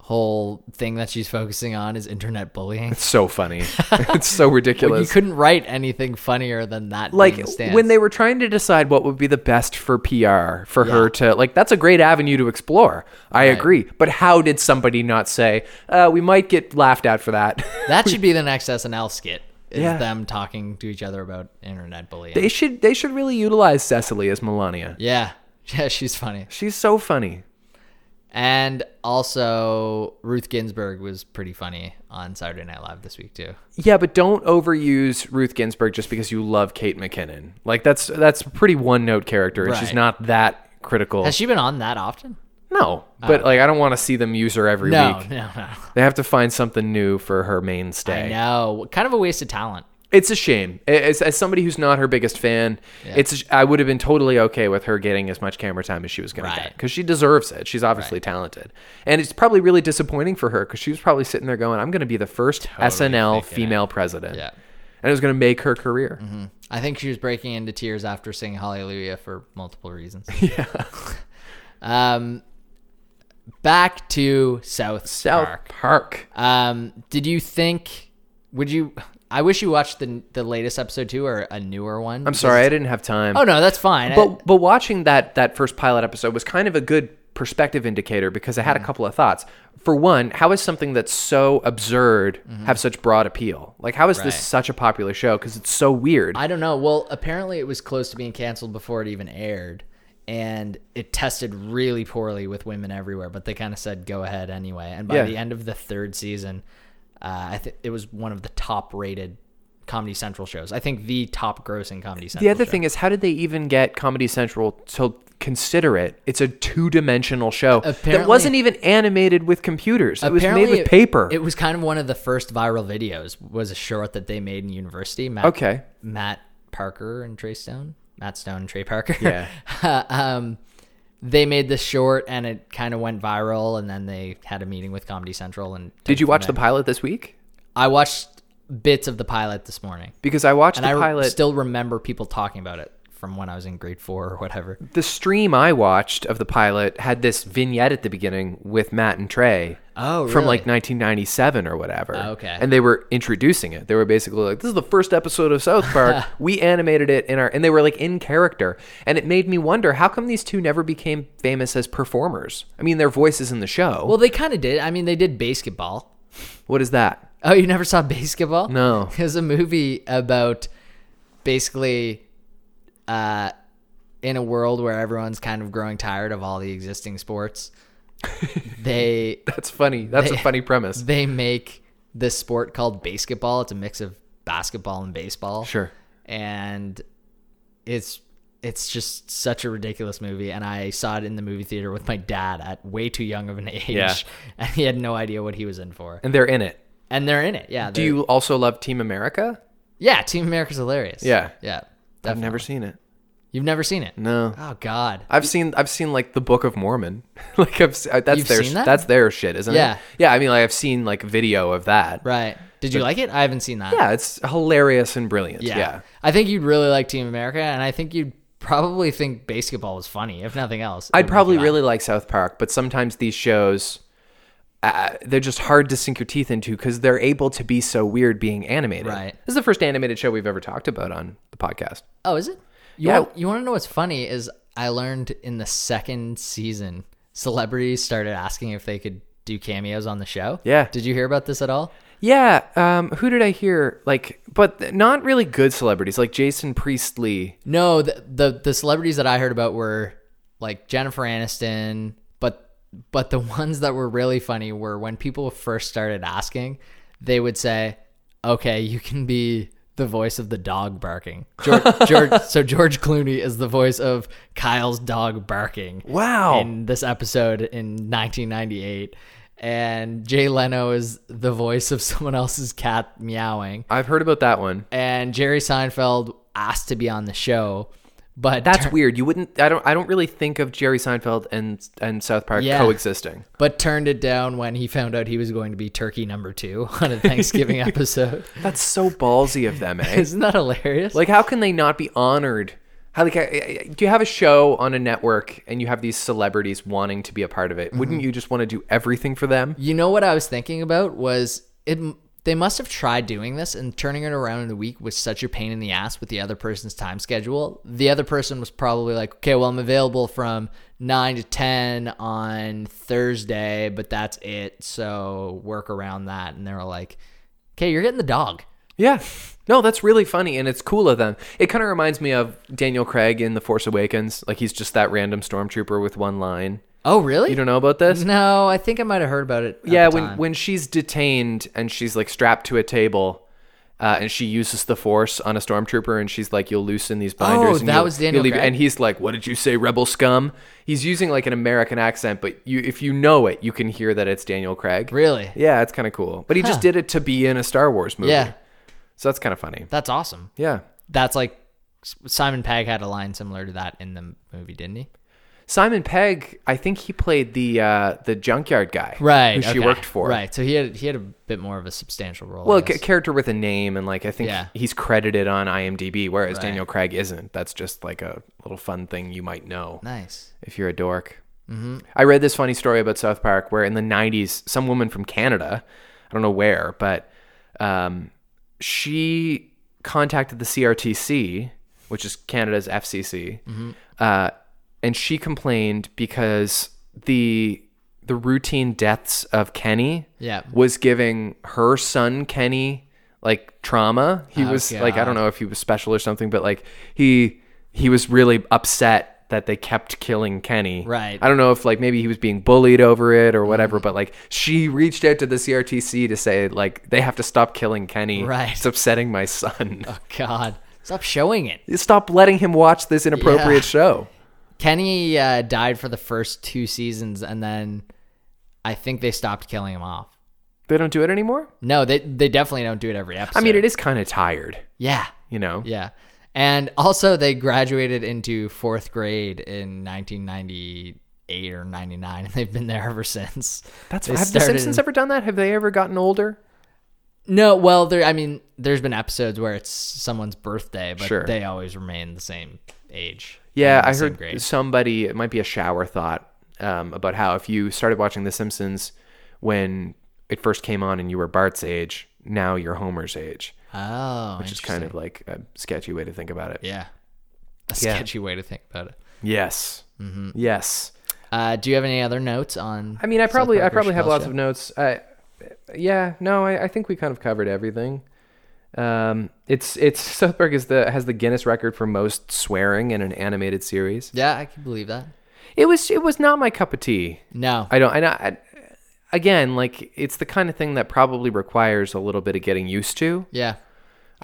Speaker 5: whole thing that she's focusing on is internet bullying?
Speaker 4: so funny. it's so
Speaker 5: You
Speaker 4: ridiculous.
Speaker 5: couldn't write anything funnier than that.
Speaker 4: like
Speaker 5: being the stance.
Speaker 4: when they were trying to decide what would be the best for PR for her to like, that's a great avenue to explore. I agree, but how did somebody not say uh, we might get laughed at for that?
Speaker 5: that should be the next SNL skit. Is
Speaker 4: Yeah.
Speaker 5: them talking to each other about internet bullying?
Speaker 4: they should they should really utilize Cecily as Melania.
Speaker 5: yeah, yeah, she's funny.
Speaker 4: She's so funny.
Speaker 5: And also, Ruth Ginsburg was pretty funny on Saturday Night Live this week too.
Speaker 4: Yeah, but don't overuse Ruth Ginsburg just because you love Kate McKinnon. Like that's that's a pretty one note character, and she's
Speaker 5: Right.
Speaker 4: not that critical.
Speaker 5: Has she been on that often?
Speaker 4: no, but like I don't want to see them use her every
Speaker 5: No,
Speaker 4: week.
Speaker 5: no, no.
Speaker 4: They have to find something new for her mainstay.
Speaker 5: No, kind of a waste of talent.
Speaker 4: it's a shame. A- As, as somebody who's not her biggest fan, it's a sh- I would have been totally okay with her getting as much camera time as she was going to get
Speaker 5: Right.
Speaker 4: because she deserves it. She's obviously talented, and it's probably really disappointing for her because she was probably sitting there going, "I'm going to be the first SNL female president,"
Speaker 5: Yeah. Mm-hmm.
Speaker 4: and it was going to make her career.
Speaker 5: I think she was breaking into tears after singing Hallelujah for multiple reasons. Yeah. um, back to South,
Speaker 4: South
Speaker 5: Park.
Speaker 4: Park.
Speaker 5: Um, did you think? Would you? I wish you watched the the latest episode too, or a newer one.
Speaker 4: I'm sorry, I didn't have time.
Speaker 5: Oh no, that's fine. I-
Speaker 4: but but watching that that first pilot episode was kind of a good perspective indicator because I had
Speaker 5: Mm-hmm.
Speaker 4: a couple of thoughts. For one, how is something that's so absurd have such broad appeal? Like how is
Speaker 5: Mm-hmm. Right.
Speaker 4: this such a popular show because it's so weird?
Speaker 5: I don't know. Well, apparently it was close to being canceled before it even aired, and it tested really poorly with women everywhere. But they kind of said go ahead anyway. And by
Speaker 4: Yeah.
Speaker 5: the end of the third season, uh, I think it was one of the top rated Comedy Central shows. I think the top grossing Comedy Central.
Speaker 4: the other
Speaker 5: show.
Speaker 4: thing is how did they even get Comedy Central to consider it? It's a two-dimensional show that
Speaker 5: Apparently-
Speaker 4: wasn't even animated with computers. It was made
Speaker 5: Apparently
Speaker 4: with paper.
Speaker 5: It, was kind of one of the first viral videos. Was a short that they made in university. Matt,
Speaker 4: Okay.
Speaker 5: Matt Parker and Trey Stone. Matt Stone and Trey Parker.
Speaker 4: Yeah.
Speaker 5: um, they made this short and it kind of went viral, and then they had a meeting with Comedy Central. And
Speaker 4: Did you watch the pilot this week?
Speaker 5: I watched bits of the pilot this morning,
Speaker 4: Because I watched
Speaker 5: and
Speaker 4: the
Speaker 5: I re-
Speaker 4: pilot
Speaker 5: still remember people talking about it from when I was in grade four or whatever.
Speaker 4: the stream I watched of the pilot had this vignette at the beginning with Matt and Trey.
Speaker 5: Oh,
Speaker 4: From
Speaker 5: really? Oh,
Speaker 4: like 1997 or whatever.
Speaker 5: okay.
Speaker 4: And they were introducing it. They were basically like, "This is the first episode of South Park. we animated it in our," and they were like in character, and it made me wonder how come these two never became famous as performers. I mean, their voices in the show.
Speaker 5: Well, they kind of did. I mean, they did basketball.
Speaker 4: what is that?
Speaker 5: Oh, you never saw basketball?
Speaker 4: No.
Speaker 5: There's a movie about basically uh, in a world where everyone's kind of growing tired of all the existing sports. they
Speaker 4: That's funny. That's a funny premise.
Speaker 5: they make this sport called basketball. It's a mix of basketball and baseball.
Speaker 4: Sure.
Speaker 5: And it's it's just such a ridiculous movie and I saw it in the movie theater with my dad at way too young of an age
Speaker 4: Yeah.
Speaker 5: and he had no idea what he was in for.
Speaker 4: and they're in it.
Speaker 5: And they're in it. Yeah.
Speaker 4: Do
Speaker 5: they're-
Speaker 4: you also love Team America?
Speaker 5: yeah, Team America's hilarious.
Speaker 4: Yeah.
Speaker 5: Yeah.
Speaker 4: I've never seen it.
Speaker 5: You've never seen it?
Speaker 4: No.
Speaker 5: Oh God.
Speaker 4: I've seen I've seen like the Book of Mormon. like I've se- that's
Speaker 5: You've
Speaker 4: their
Speaker 5: seen that?
Speaker 4: that's their shit, isn't
Speaker 5: Yeah.
Speaker 4: it? Yeah. I mean, like I've seen like video of that.
Speaker 5: Right. Did you like it? I haven't seen that.
Speaker 4: Yeah, it's hilarious and brilliant. Yeah.
Speaker 5: I think you'd really like Team America, and I think you'd probably think basketball was funny, if nothing else. It
Speaker 4: I'd
Speaker 5: would
Speaker 4: probably
Speaker 5: make you laugh.
Speaker 4: really like South Park, but sometimes these shows uh, they're just hard to sink your teeth into because they're able to be so weird being animated.
Speaker 5: Right.
Speaker 4: This is the first animated show we've ever talked about on the podcast.
Speaker 5: Oh, is it? You
Speaker 4: Yeah.
Speaker 5: Want, you want to know what's funny is I learned in the second season, celebrities started asking if they could do cameos on the show.
Speaker 4: Yeah.
Speaker 5: Did you hear about this at all?
Speaker 4: Yeah. Um, who did I hear? Like, but th- not really good celebrities like Jason Priestley.
Speaker 5: No, the, the the celebrities that I heard about were like Jennifer Aniston, but but the ones that were really funny were when people first started asking, they would say, "Okay, you can be the voice of the dog barking." George, George so George Clooney is the voice of Kyle's dog barking.
Speaker 4: Wow.
Speaker 5: In this episode in 1998, and Jay Leno is the voice of someone else's cat meowing
Speaker 4: I've heard about that one.
Speaker 5: and Jerry Seinfeld asked to be on the show, but
Speaker 4: That's
Speaker 5: tur-
Speaker 4: weird. You wouldn't. I don't. I don't really think of Jerry Seinfeld and and South Park
Speaker 5: Yeah.
Speaker 4: coexisting.
Speaker 5: but turned it down when he found out he was going to be turkey number two on a Thanksgiving episode.
Speaker 4: That's so ballsy of them, eh?
Speaker 5: Isn't that hilarious?
Speaker 4: like, how can they not be honored? How like, uh, do you have a show on a network and you have these celebrities wanting to be a part of it? Wouldn't you just want to do everything for them?
Speaker 5: you know what I was thinking about was it. They must have tried doing this, and turning it around in a week was such a pain in the ass with the other person's time schedule. The other person was probably like, "Okay, well, I'm available from nine to ten on Thursday, but that's it. So work around that." And they were like, "Okay, you're getting the dog."
Speaker 4: Yeah. No, that's really funny and it's cool of them. It kind of reminds me of Daniel Craig in The Force Awakens. Like he's just that random stormtrooper with one line.
Speaker 5: Oh, really?
Speaker 4: You don't know about this?
Speaker 5: No, I think I might have heard about it. at
Speaker 4: yeah
Speaker 5: the
Speaker 4: when
Speaker 5: time.
Speaker 4: when she's detained and she's like strapped to a table uh, and she uses the force on a stormtrooper and she's like you'll loosen these binders
Speaker 5: Oh,
Speaker 4: and
Speaker 5: that
Speaker 4: you'll-
Speaker 5: was
Speaker 4: you'll
Speaker 5: Daniel
Speaker 4: leave-"
Speaker 5: Craig?
Speaker 4: and he's like what did you say rebel scum he's using like an american accent but you if you know it you can hear that it's daniel craig
Speaker 5: really,
Speaker 4: yeah it's kind of cool but he just did it to be in a star wars movie
Speaker 5: yeah,
Speaker 4: So that's kind of funny.
Speaker 5: That's awesome.
Speaker 4: Yeah.
Speaker 5: That's like S- Simon Pegg had a line similar to that in the movie, didn't he?
Speaker 4: Simon Pegg, I think he played the uh, the junkyard guy,
Speaker 5: Right.
Speaker 4: Who she
Speaker 5: okay.
Speaker 4: worked for,
Speaker 5: Right. So he had he had a bit more of a substantial role.
Speaker 4: Well,
Speaker 5: I
Speaker 4: a ca-
Speaker 5: guess.
Speaker 4: character with a name, and like I think
Speaker 5: Yeah.
Speaker 4: he's credited on IMDb, whereas
Speaker 5: Right.
Speaker 4: Daniel Craig isn't. That's just like a little fun thing you might know
Speaker 5: nice.
Speaker 4: if you're a dork. I read this funny story about South Park where in the 90s, some woman from Canada, I don't know where, but um, she contacted the CRTC, which is Canada's FCC, uh, and she complained because the the routine deaths of Kenny
Speaker 5: Yeah.
Speaker 4: was giving her son Kenny like trauma. He was like I don't know if he was special or something, but like he he was really upset that they kept killing Kenny.
Speaker 5: Right. Mm-hmm.
Speaker 4: I don't know if like maybe he was being bullied over it or whatever, but like she reached out to the CRTC to say like they have to stop killing Kenny.
Speaker 5: Right.
Speaker 4: It's upsetting my son.
Speaker 5: God, stop showing it.
Speaker 4: stop letting him watch this inappropriate
Speaker 5: Yeah.
Speaker 4: show.
Speaker 5: Kenny uh, died for the first two seasons, and then I think they stopped killing him off.
Speaker 4: They don't do it anymore?
Speaker 5: No, they they definitely don't do it every episode.
Speaker 4: I mean, it is kind of tired,
Speaker 5: yeah,
Speaker 4: you know.
Speaker 5: yeah, and also they graduated into fourth grade in 1998 or 99, and they've been there ever since.
Speaker 4: That's
Speaker 5: They
Speaker 4: have the
Speaker 5: started
Speaker 4: Simpsons
Speaker 5: in-
Speaker 4: ever done that? Have they ever gotten older?
Speaker 5: No, well, there. I mean, there's been episodes where it's someone's birthday, but
Speaker 4: Sure.
Speaker 5: they always remain the same age.
Speaker 4: Yeah,
Speaker 5: and the
Speaker 4: I
Speaker 5: same
Speaker 4: heard
Speaker 5: grade.
Speaker 4: somebody. It might be a shower thought um, about how if you started watching The Simpsons when it first came on and you were Bart's age, now you're Homer's age,
Speaker 5: Oh,
Speaker 4: which is kind of like a sketchy way to think about it.
Speaker 5: yeah, a
Speaker 4: Yeah.
Speaker 5: sketchy way to think about it.
Speaker 4: Yes.
Speaker 5: Mm-hmm.
Speaker 4: Yes.
Speaker 5: Uh, do you have any other notes on?
Speaker 4: I mean, I
Speaker 5: South
Speaker 4: probably, I
Speaker 5: Park or
Speaker 4: probably have
Speaker 5: Chappelle's
Speaker 4: lots
Speaker 5: Show?
Speaker 4: of notes. I, yeah, no, I, I think we kind of covered everything. Um, it's, it's South Park is the has the Guinness record for most swearing in an animated series.
Speaker 5: Yeah, I can believe that.
Speaker 4: It was, it was not my cup of tea.
Speaker 5: No,
Speaker 4: I don't. And I, I, again, like it's the kind of thing that probably requires a little bit of getting used to.
Speaker 5: yeah.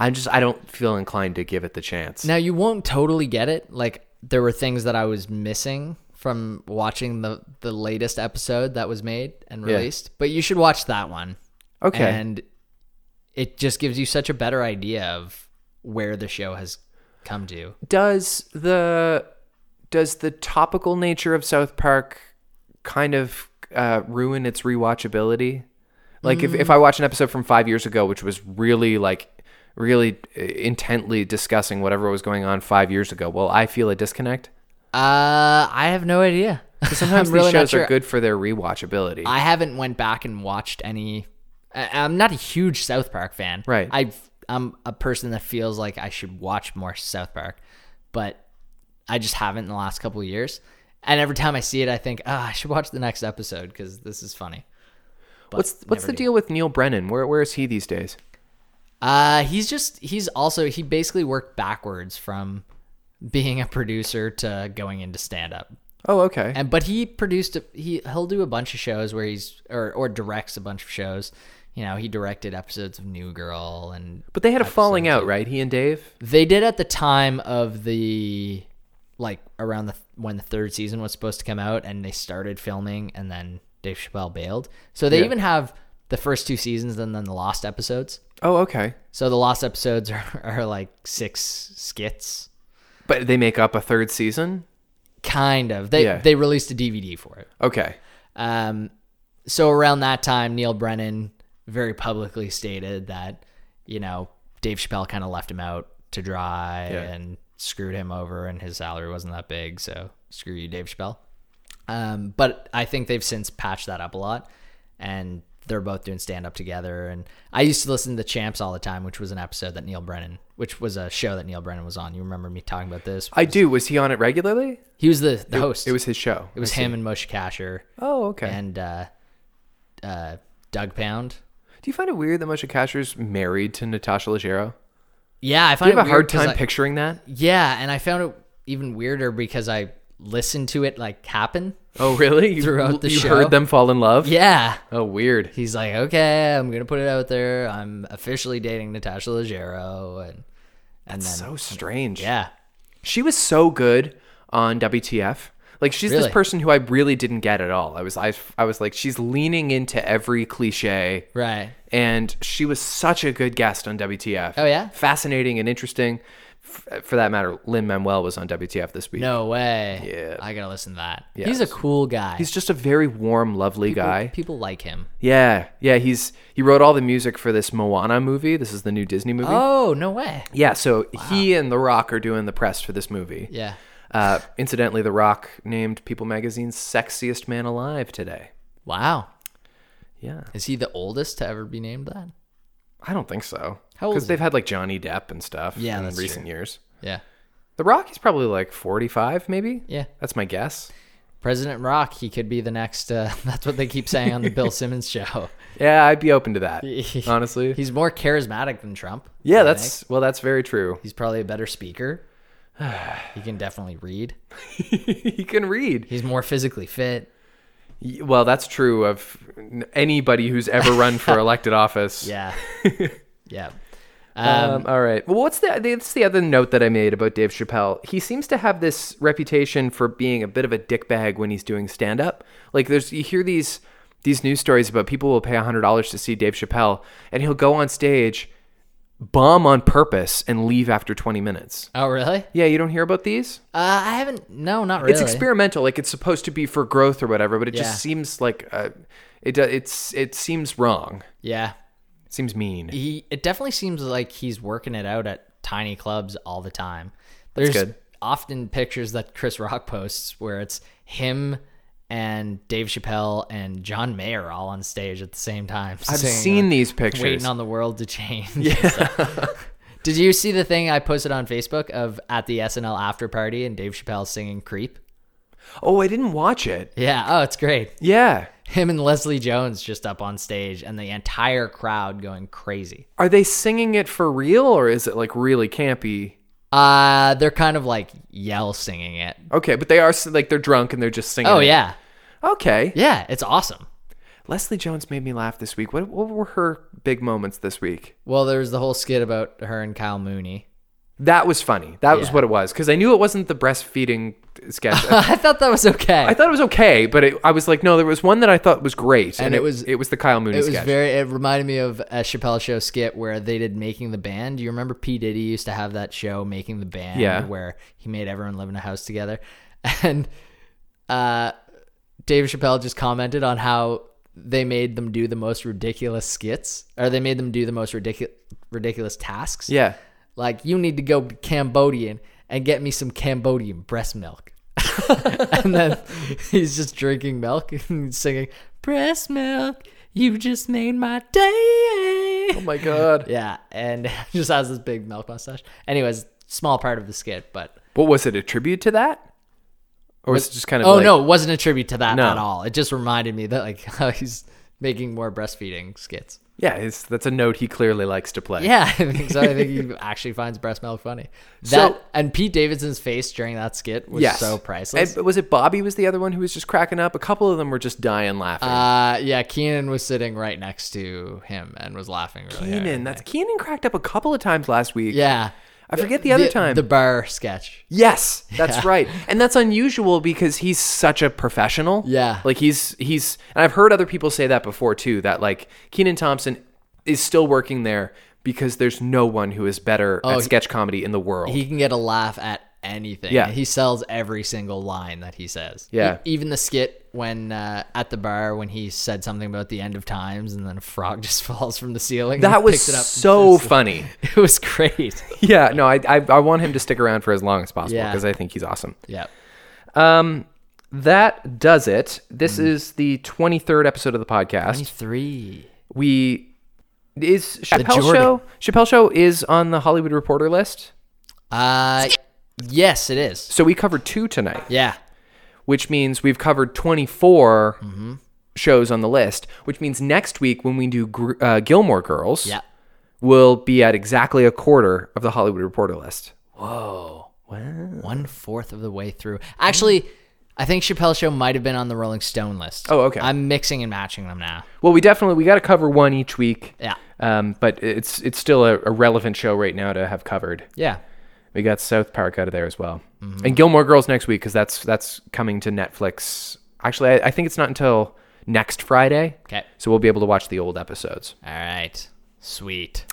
Speaker 4: I just I don't feel inclined to give it the chance.
Speaker 5: Now you won't totally get it. Like there were things that I was missing from watching the the latest episode that was made and released, but you should watch that one.
Speaker 4: Okay.
Speaker 5: And it just gives you such a better idea of where the show has come to.
Speaker 4: does the does the topical nature of South Park kind of uh, ruin its rewatchability? Like if, if I watch an episode from five years ago, which was really like really uh, intently discussing whatever was going on five years ago, well, I feel a disconnect.
Speaker 5: Uh, I have no idea.
Speaker 4: Sometimes
Speaker 5: I'm
Speaker 4: these
Speaker 5: really not
Speaker 4: shows
Speaker 5: sure.
Speaker 4: are good for their rewatchability.
Speaker 5: I haven't went back and watched any. I- I'm not a huge South Park fan.
Speaker 4: Right.
Speaker 5: I I'm a person that feels like I should watch more South Park, but I just haven't in the last couple of years. And every time I see it, I think, ah, I should watch the next episode because this is funny.
Speaker 4: what's what's the deal with Neil Brennan? Where where is he these days?
Speaker 5: Uh, he's just he's also he basically worked backwards from being a producer to going into stand up.
Speaker 4: Oh, okay.
Speaker 5: And but he produced a, he he'll do a bunch of shows where he's or or directs a bunch of shows. You know, he directed episodes of New Girl and
Speaker 4: but they had a falling out, right? He and Dave.
Speaker 5: they did at the time of the like around the when the third season was supposed to come out and they started filming and then Dave Chappelle bailed. So they even have the first two seasons and then the lost episodes.
Speaker 4: Oh, okay.
Speaker 5: So the lost episodes are, are like six skits
Speaker 4: But they make up a third season.
Speaker 5: kind of. They
Speaker 4: Yeah.
Speaker 5: they released a DVD for it.
Speaker 4: Okay.
Speaker 5: Um, so around that time, Neil Brennan very publicly stated that, you know, Dave Chappelle kind of left him out to dry
Speaker 4: Yeah.
Speaker 5: and screwed him over, and his salary wasn't that big. So screw you, Dave Chappelle. Um, but I think they've since patched that up a lot, and they're both doing stand up together. And I used to listen to The Champs all the time, which was an episode that Neil Brennan, which was a show that Neil Brennan was on. You remember me talking about this?
Speaker 4: I do. Was he on it regularly?
Speaker 5: He was the, the host.
Speaker 4: It was his show.
Speaker 5: it was him and Moshe Kasher
Speaker 4: Oh, okay.
Speaker 5: and uh, uh, Doug Pound.
Speaker 4: do you find it weird that Moshe Kasher's married to Natasha Leggero?
Speaker 5: Yeah, I
Speaker 4: I
Speaker 5: find
Speaker 4: have a
Speaker 5: it
Speaker 4: hard
Speaker 5: weird 'cause
Speaker 4: time
Speaker 5: I-
Speaker 4: picturing that.
Speaker 5: Yeah, and I found it even weirder because I listened to it like happen.
Speaker 4: Oh, really? You,
Speaker 5: Throughout the
Speaker 4: you
Speaker 5: show?
Speaker 4: heard them fall in love.
Speaker 5: Yeah,
Speaker 4: Oh, weird.
Speaker 5: he's like, okay, I'm gonna put it out there. I'm officially dating Natasha Leggero, and and then
Speaker 4: So strange.
Speaker 5: yeah,
Speaker 4: She was so good on WTF. Like she's
Speaker 5: Really?
Speaker 4: this person who I really didn't get at all. I was I, I was like she's leaning into every cliche.
Speaker 5: Right.
Speaker 4: And she was such a good guest on WTF.
Speaker 5: Oh, yeah?
Speaker 4: Fascinating and interesting. F- for that matter, Lin Manuel was on WTF this week.
Speaker 5: No way.
Speaker 4: Yeah.
Speaker 5: I gotta listen to that.
Speaker 4: Yes.
Speaker 5: He's a cool guy.
Speaker 4: He's just a very warm, lovely guy.
Speaker 5: People like him.
Speaker 4: Yeah, yeah. He's he wrote all the music for this Moana movie. This is the new Disney movie.
Speaker 5: Oh no way.
Speaker 4: Yeah, so he and The Rock are doing the press for this movie.
Speaker 5: Yeah.
Speaker 4: Uh, incidentally, The Rock named People Magazine's sexiest man alive today.
Speaker 5: Wow.
Speaker 4: Yeah,
Speaker 5: Is he the oldest to ever be named that?
Speaker 4: I don't think so.
Speaker 5: How old
Speaker 4: Because
Speaker 5: is
Speaker 4: they've had like Johnny Depp and stuff.
Speaker 5: Yeah,
Speaker 4: in
Speaker 5: that's
Speaker 4: recent years.
Speaker 5: Yeah.
Speaker 4: The Rock is probably like forty-five, maybe.
Speaker 5: Yeah.
Speaker 4: that's my guess.
Speaker 5: President Rock, he could be the next. Uh, that's what they keep saying on the Bill Simmons show.
Speaker 4: Yeah, I'd be open to that. honestly,
Speaker 5: He's more charismatic than Trump. I
Speaker 4: yeah,
Speaker 5: think.
Speaker 4: that's well, that's very true.
Speaker 5: He's probably a better speaker. he can definitely read.
Speaker 4: he can read.
Speaker 5: He's more physically fit.
Speaker 4: Y- Well, that's true of n- anybody who's ever run for elected office.
Speaker 5: Yeah. yeah.
Speaker 4: Um, all right. Well, what's the that's the other note that I made about Dave Chappelle? He seems to have this reputation for being a bit of a dickbag when he's doing stand up. Like there's you hear these these news stories about people will pay $100 to see Dave Chappelle and he'll go on stage, bomb on purpose and leave after 20 minutes.
Speaker 5: Oh really?
Speaker 4: Yeah, you don't hear about these?
Speaker 5: Uh, I haven't. No, not really.
Speaker 4: It's experimental, like it's supposed to be for growth or whatever, but it
Speaker 5: Yeah.
Speaker 4: just seems like uh, it do- it's it seems wrong.
Speaker 5: Yeah.
Speaker 4: It seems mean.
Speaker 5: he it definitely seems like he's working it out at tiny clubs all the time. There's
Speaker 4: good.
Speaker 5: often pictures that Chris Rock posts where it's him and Dave Chappelle and John Mayer all on stage at the same time.
Speaker 4: I've
Speaker 5: singing,
Speaker 4: seen these
Speaker 5: like,
Speaker 4: pictures.
Speaker 5: waiting on the world to change. So- Did you see the thing I posted on Facebook of at the SNL after party and Dave Chappelle singing "Creep"?
Speaker 4: oh, I didn't watch it.
Speaker 5: Yeah. Oh, it's great.
Speaker 4: Yeah.
Speaker 5: Him and Leslie Jones just up on stage and the entire crowd going crazy.
Speaker 4: Are they singing it for real or is it like really campy?
Speaker 5: Uh, they're kind of like yell singing it.
Speaker 4: Okay, but they are s- like they're drunk and they're just singing.
Speaker 5: Oh
Speaker 4: it.
Speaker 5: yeah,
Speaker 4: Okay.
Speaker 5: yeah, it's awesome.
Speaker 4: Leslie Jones made me laugh this week. What what were her big moments this week?
Speaker 5: Well, there's the whole skit about her and Kyle Mooney.
Speaker 4: That was funny. That was
Speaker 5: Yeah.
Speaker 4: what it was because I knew it wasn't the breastfeeding sketch. I
Speaker 5: I thought that was okay.
Speaker 4: I thought it was okay, but it, I was like, no, there was one that I thought was great, and,
Speaker 5: it was-
Speaker 4: it was the Kyle Mooney
Speaker 5: it was
Speaker 4: sketch.
Speaker 5: very. It reminded me of a Chappelle show skit where they did making the band. You remember P Diddy used to have that show, making the band,
Speaker 4: Yeah.
Speaker 5: where he made everyone live in a house together, and uh, Dave Chappelle just commented on how they made them do the most ridiculous skits, or they made them do the most ridiculous ridiculous tasks.
Speaker 4: yeah,
Speaker 5: like you need to go be Cambodian and get me some Cambodian breast milk. and then he's just drinking milk and singing breast milk. You just made my day.
Speaker 4: oh my god,
Speaker 5: Yeah, and just has this big milk mustache. Anyways, small part of the skit, but
Speaker 4: what was it? A tribute to that, or was it just kind of?
Speaker 5: oh
Speaker 4: like,
Speaker 5: no, it wasn't a tribute to that
Speaker 4: No.
Speaker 5: at all. It just reminded me that like how he's making more breastfeeding skits.
Speaker 4: yeah, it's, that's a note he clearly likes to play.
Speaker 5: Yeah, I think so. I think he actually finds breast milk funny. That and Pete Davidson's face during that skit was
Speaker 4: Yes.
Speaker 5: so priceless.
Speaker 4: And was it Bobby was the other one who was just cracking up? A couple of them were just dying laughing.
Speaker 5: Uh, yeah, Keenan was sitting right next to him and was laughing. Really hard.
Speaker 4: Keenan, that's Keenan cracked up a couple of times last week.
Speaker 5: Yeah.
Speaker 4: I forget the other time.
Speaker 5: The bar sketch.
Speaker 4: yes, that's right. And that's unusual because he's such a professional.
Speaker 5: Yeah.
Speaker 4: Like he's he's and I've heard other people say that before too that like Keenan Thompson is still working there because there's no one who is better at sketch comedy in the world.
Speaker 5: He can get a laugh at anything.
Speaker 4: Yeah.
Speaker 5: He sells every single line that he says.
Speaker 4: Yeah.
Speaker 5: E- even the skit when uh, at the bar when he said something about the end of times and then a frog just falls from the ceiling. and
Speaker 4: that
Speaker 5: he
Speaker 4: was
Speaker 5: picks it up and
Speaker 4: so
Speaker 5: says-
Speaker 4: funny.
Speaker 5: It was great.
Speaker 4: yeah, no, I, I I want him to stick around for as long as possible
Speaker 5: Yeah.
Speaker 4: because I think he's awesome.
Speaker 5: yeah.
Speaker 4: That does it. This
Speaker 5: Mm.
Speaker 4: is the 23rd episode of the podcast.
Speaker 5: Three.
Speaker 4: we is Chappelle
Speaker 5: Jordan.
Speaker 4: show. Chappelle show is on the Hollywood Reporter list.
Speaker 5: Uh, yes, it is.
Speaker 4: So we covered two tonight,
Speaker 5: Yeah.
Speaker 4: which means we've covered 24
Speaker 5: Mm-hmm.
Speaker 4: shows on the list, which means next week when we do Gr- uh, Gilmore Girls,
Speaker 5: Yeah.
Speaker 4: we'll be at exactly a quarter of the Hollywood Reporter list.
Speaker 5: one fourth of the way through. Actually, I think Chappelle Show might have been on the Rolling Stone list.
Speaker 4: Oh, okay.
Speaker 5: I'm mixing and matching them now.
Speaker 4: Well, we definitely we got to cover one each week.
Speaker 5: Yeah.
Speaker 4: Um, but it's it's still a, a relevant show right now to have covered.
Speaker 5: Yeah.
Speaker 4: We got South Park out of there as well,
Speaker 5: Mm-hmm.
Speaker 4: and Gilmore Girls next week because that's that's coming to Netflix. Actually, I, I think it's not until next Friday.
Speaker 5: Okay.
Speaker 4: so we'll be able to watch the old episodes.
Speaker 5: All right. Sweet.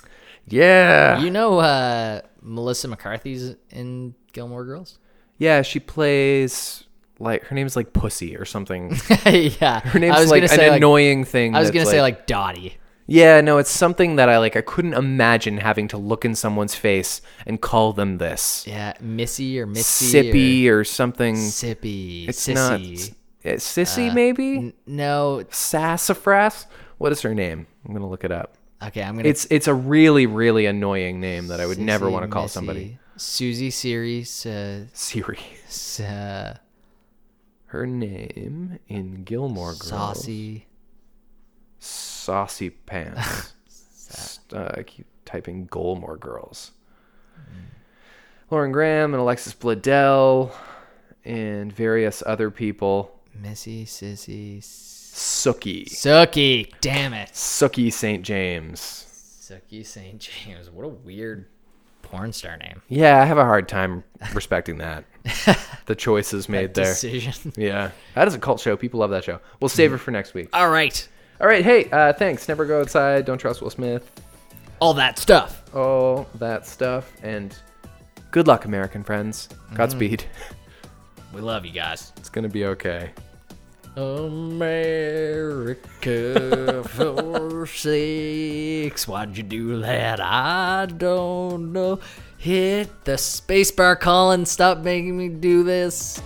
Speaker 4: Yeah,
Speaker 5: You know uh, Melissa McCarthy's in Gilmore Girls?
Speaker 4: yeah. She plays like her name's like Pussy or something.
Speaker 5: yeah.
Speaker 4: Her name's like an annoying thing.
Speaker 5: I was
Speaker 4: that's,
Speaker 5: gonna say like Dottie.
Speaker 4: Yeah, no, it's something that I like. I couldn't imagine having to look in someone's face and call them this
Speaker 5: Yeah, Missy or Missy.
Speaker 4: sippy or, something.
Speaker 5: Or sippy.
Speaker 4: It's
Speaker 5: sissy. Uh,
Speaker 4: not s- it's sissy, maybe
Speaker 5: N- no.
Speaker 4: sassafras. What is her name? I'm gonna look it up.
Speaker 5: Okay, I'm gonna.
Speaker 4: It's it's a really really annoying name that I would never
Speaker 5: Sissy,
Speaker 4: want to call
Speaker 5: Missy,
Speaker 4: somebody.
Speaker 5: Susie series. Uh,
Speaker 4: Siri.
Speaker 5: s- uh,
Speaker 4: Her name in Gilmore Girls.
Speaker 5: saucy.
Speaker 4: Saucy pants. S- uh, I keep typing Gilmore Girls. Lauren Graham and Alexis Bledel and various other people.
Speaker 5: Missy, sissy, s-
Speaker 4: Sookie.
Speaker 5: Sookie. Damn it.
Speaker 4: Sookie St. James.
Speaker 5: Sookie St. James. What a weird porn star name.
Speaker 4: Yeah, I have a hard time respecting that. the choices made there.
Speaker 5: Decision.
Speaker 4: Yeah. That is a cult show. People love that show. We'll save it for next week.
Speaker 5: All right.
Speaker 4: All right. Hey, uh, thanks. Never go outside. Don't trust Will Smith.
Speaker 5: All that stuff.
Speaker 4: All that stuff. And good luck, American friends. Godspeed.
Speaker 5: We love you guys.
Speaker 4: It's going to be okay.
Speaker 5: America forsakes. Why'd you do that? I don't know. Hit the spacebar, Colin. Stop making me do this.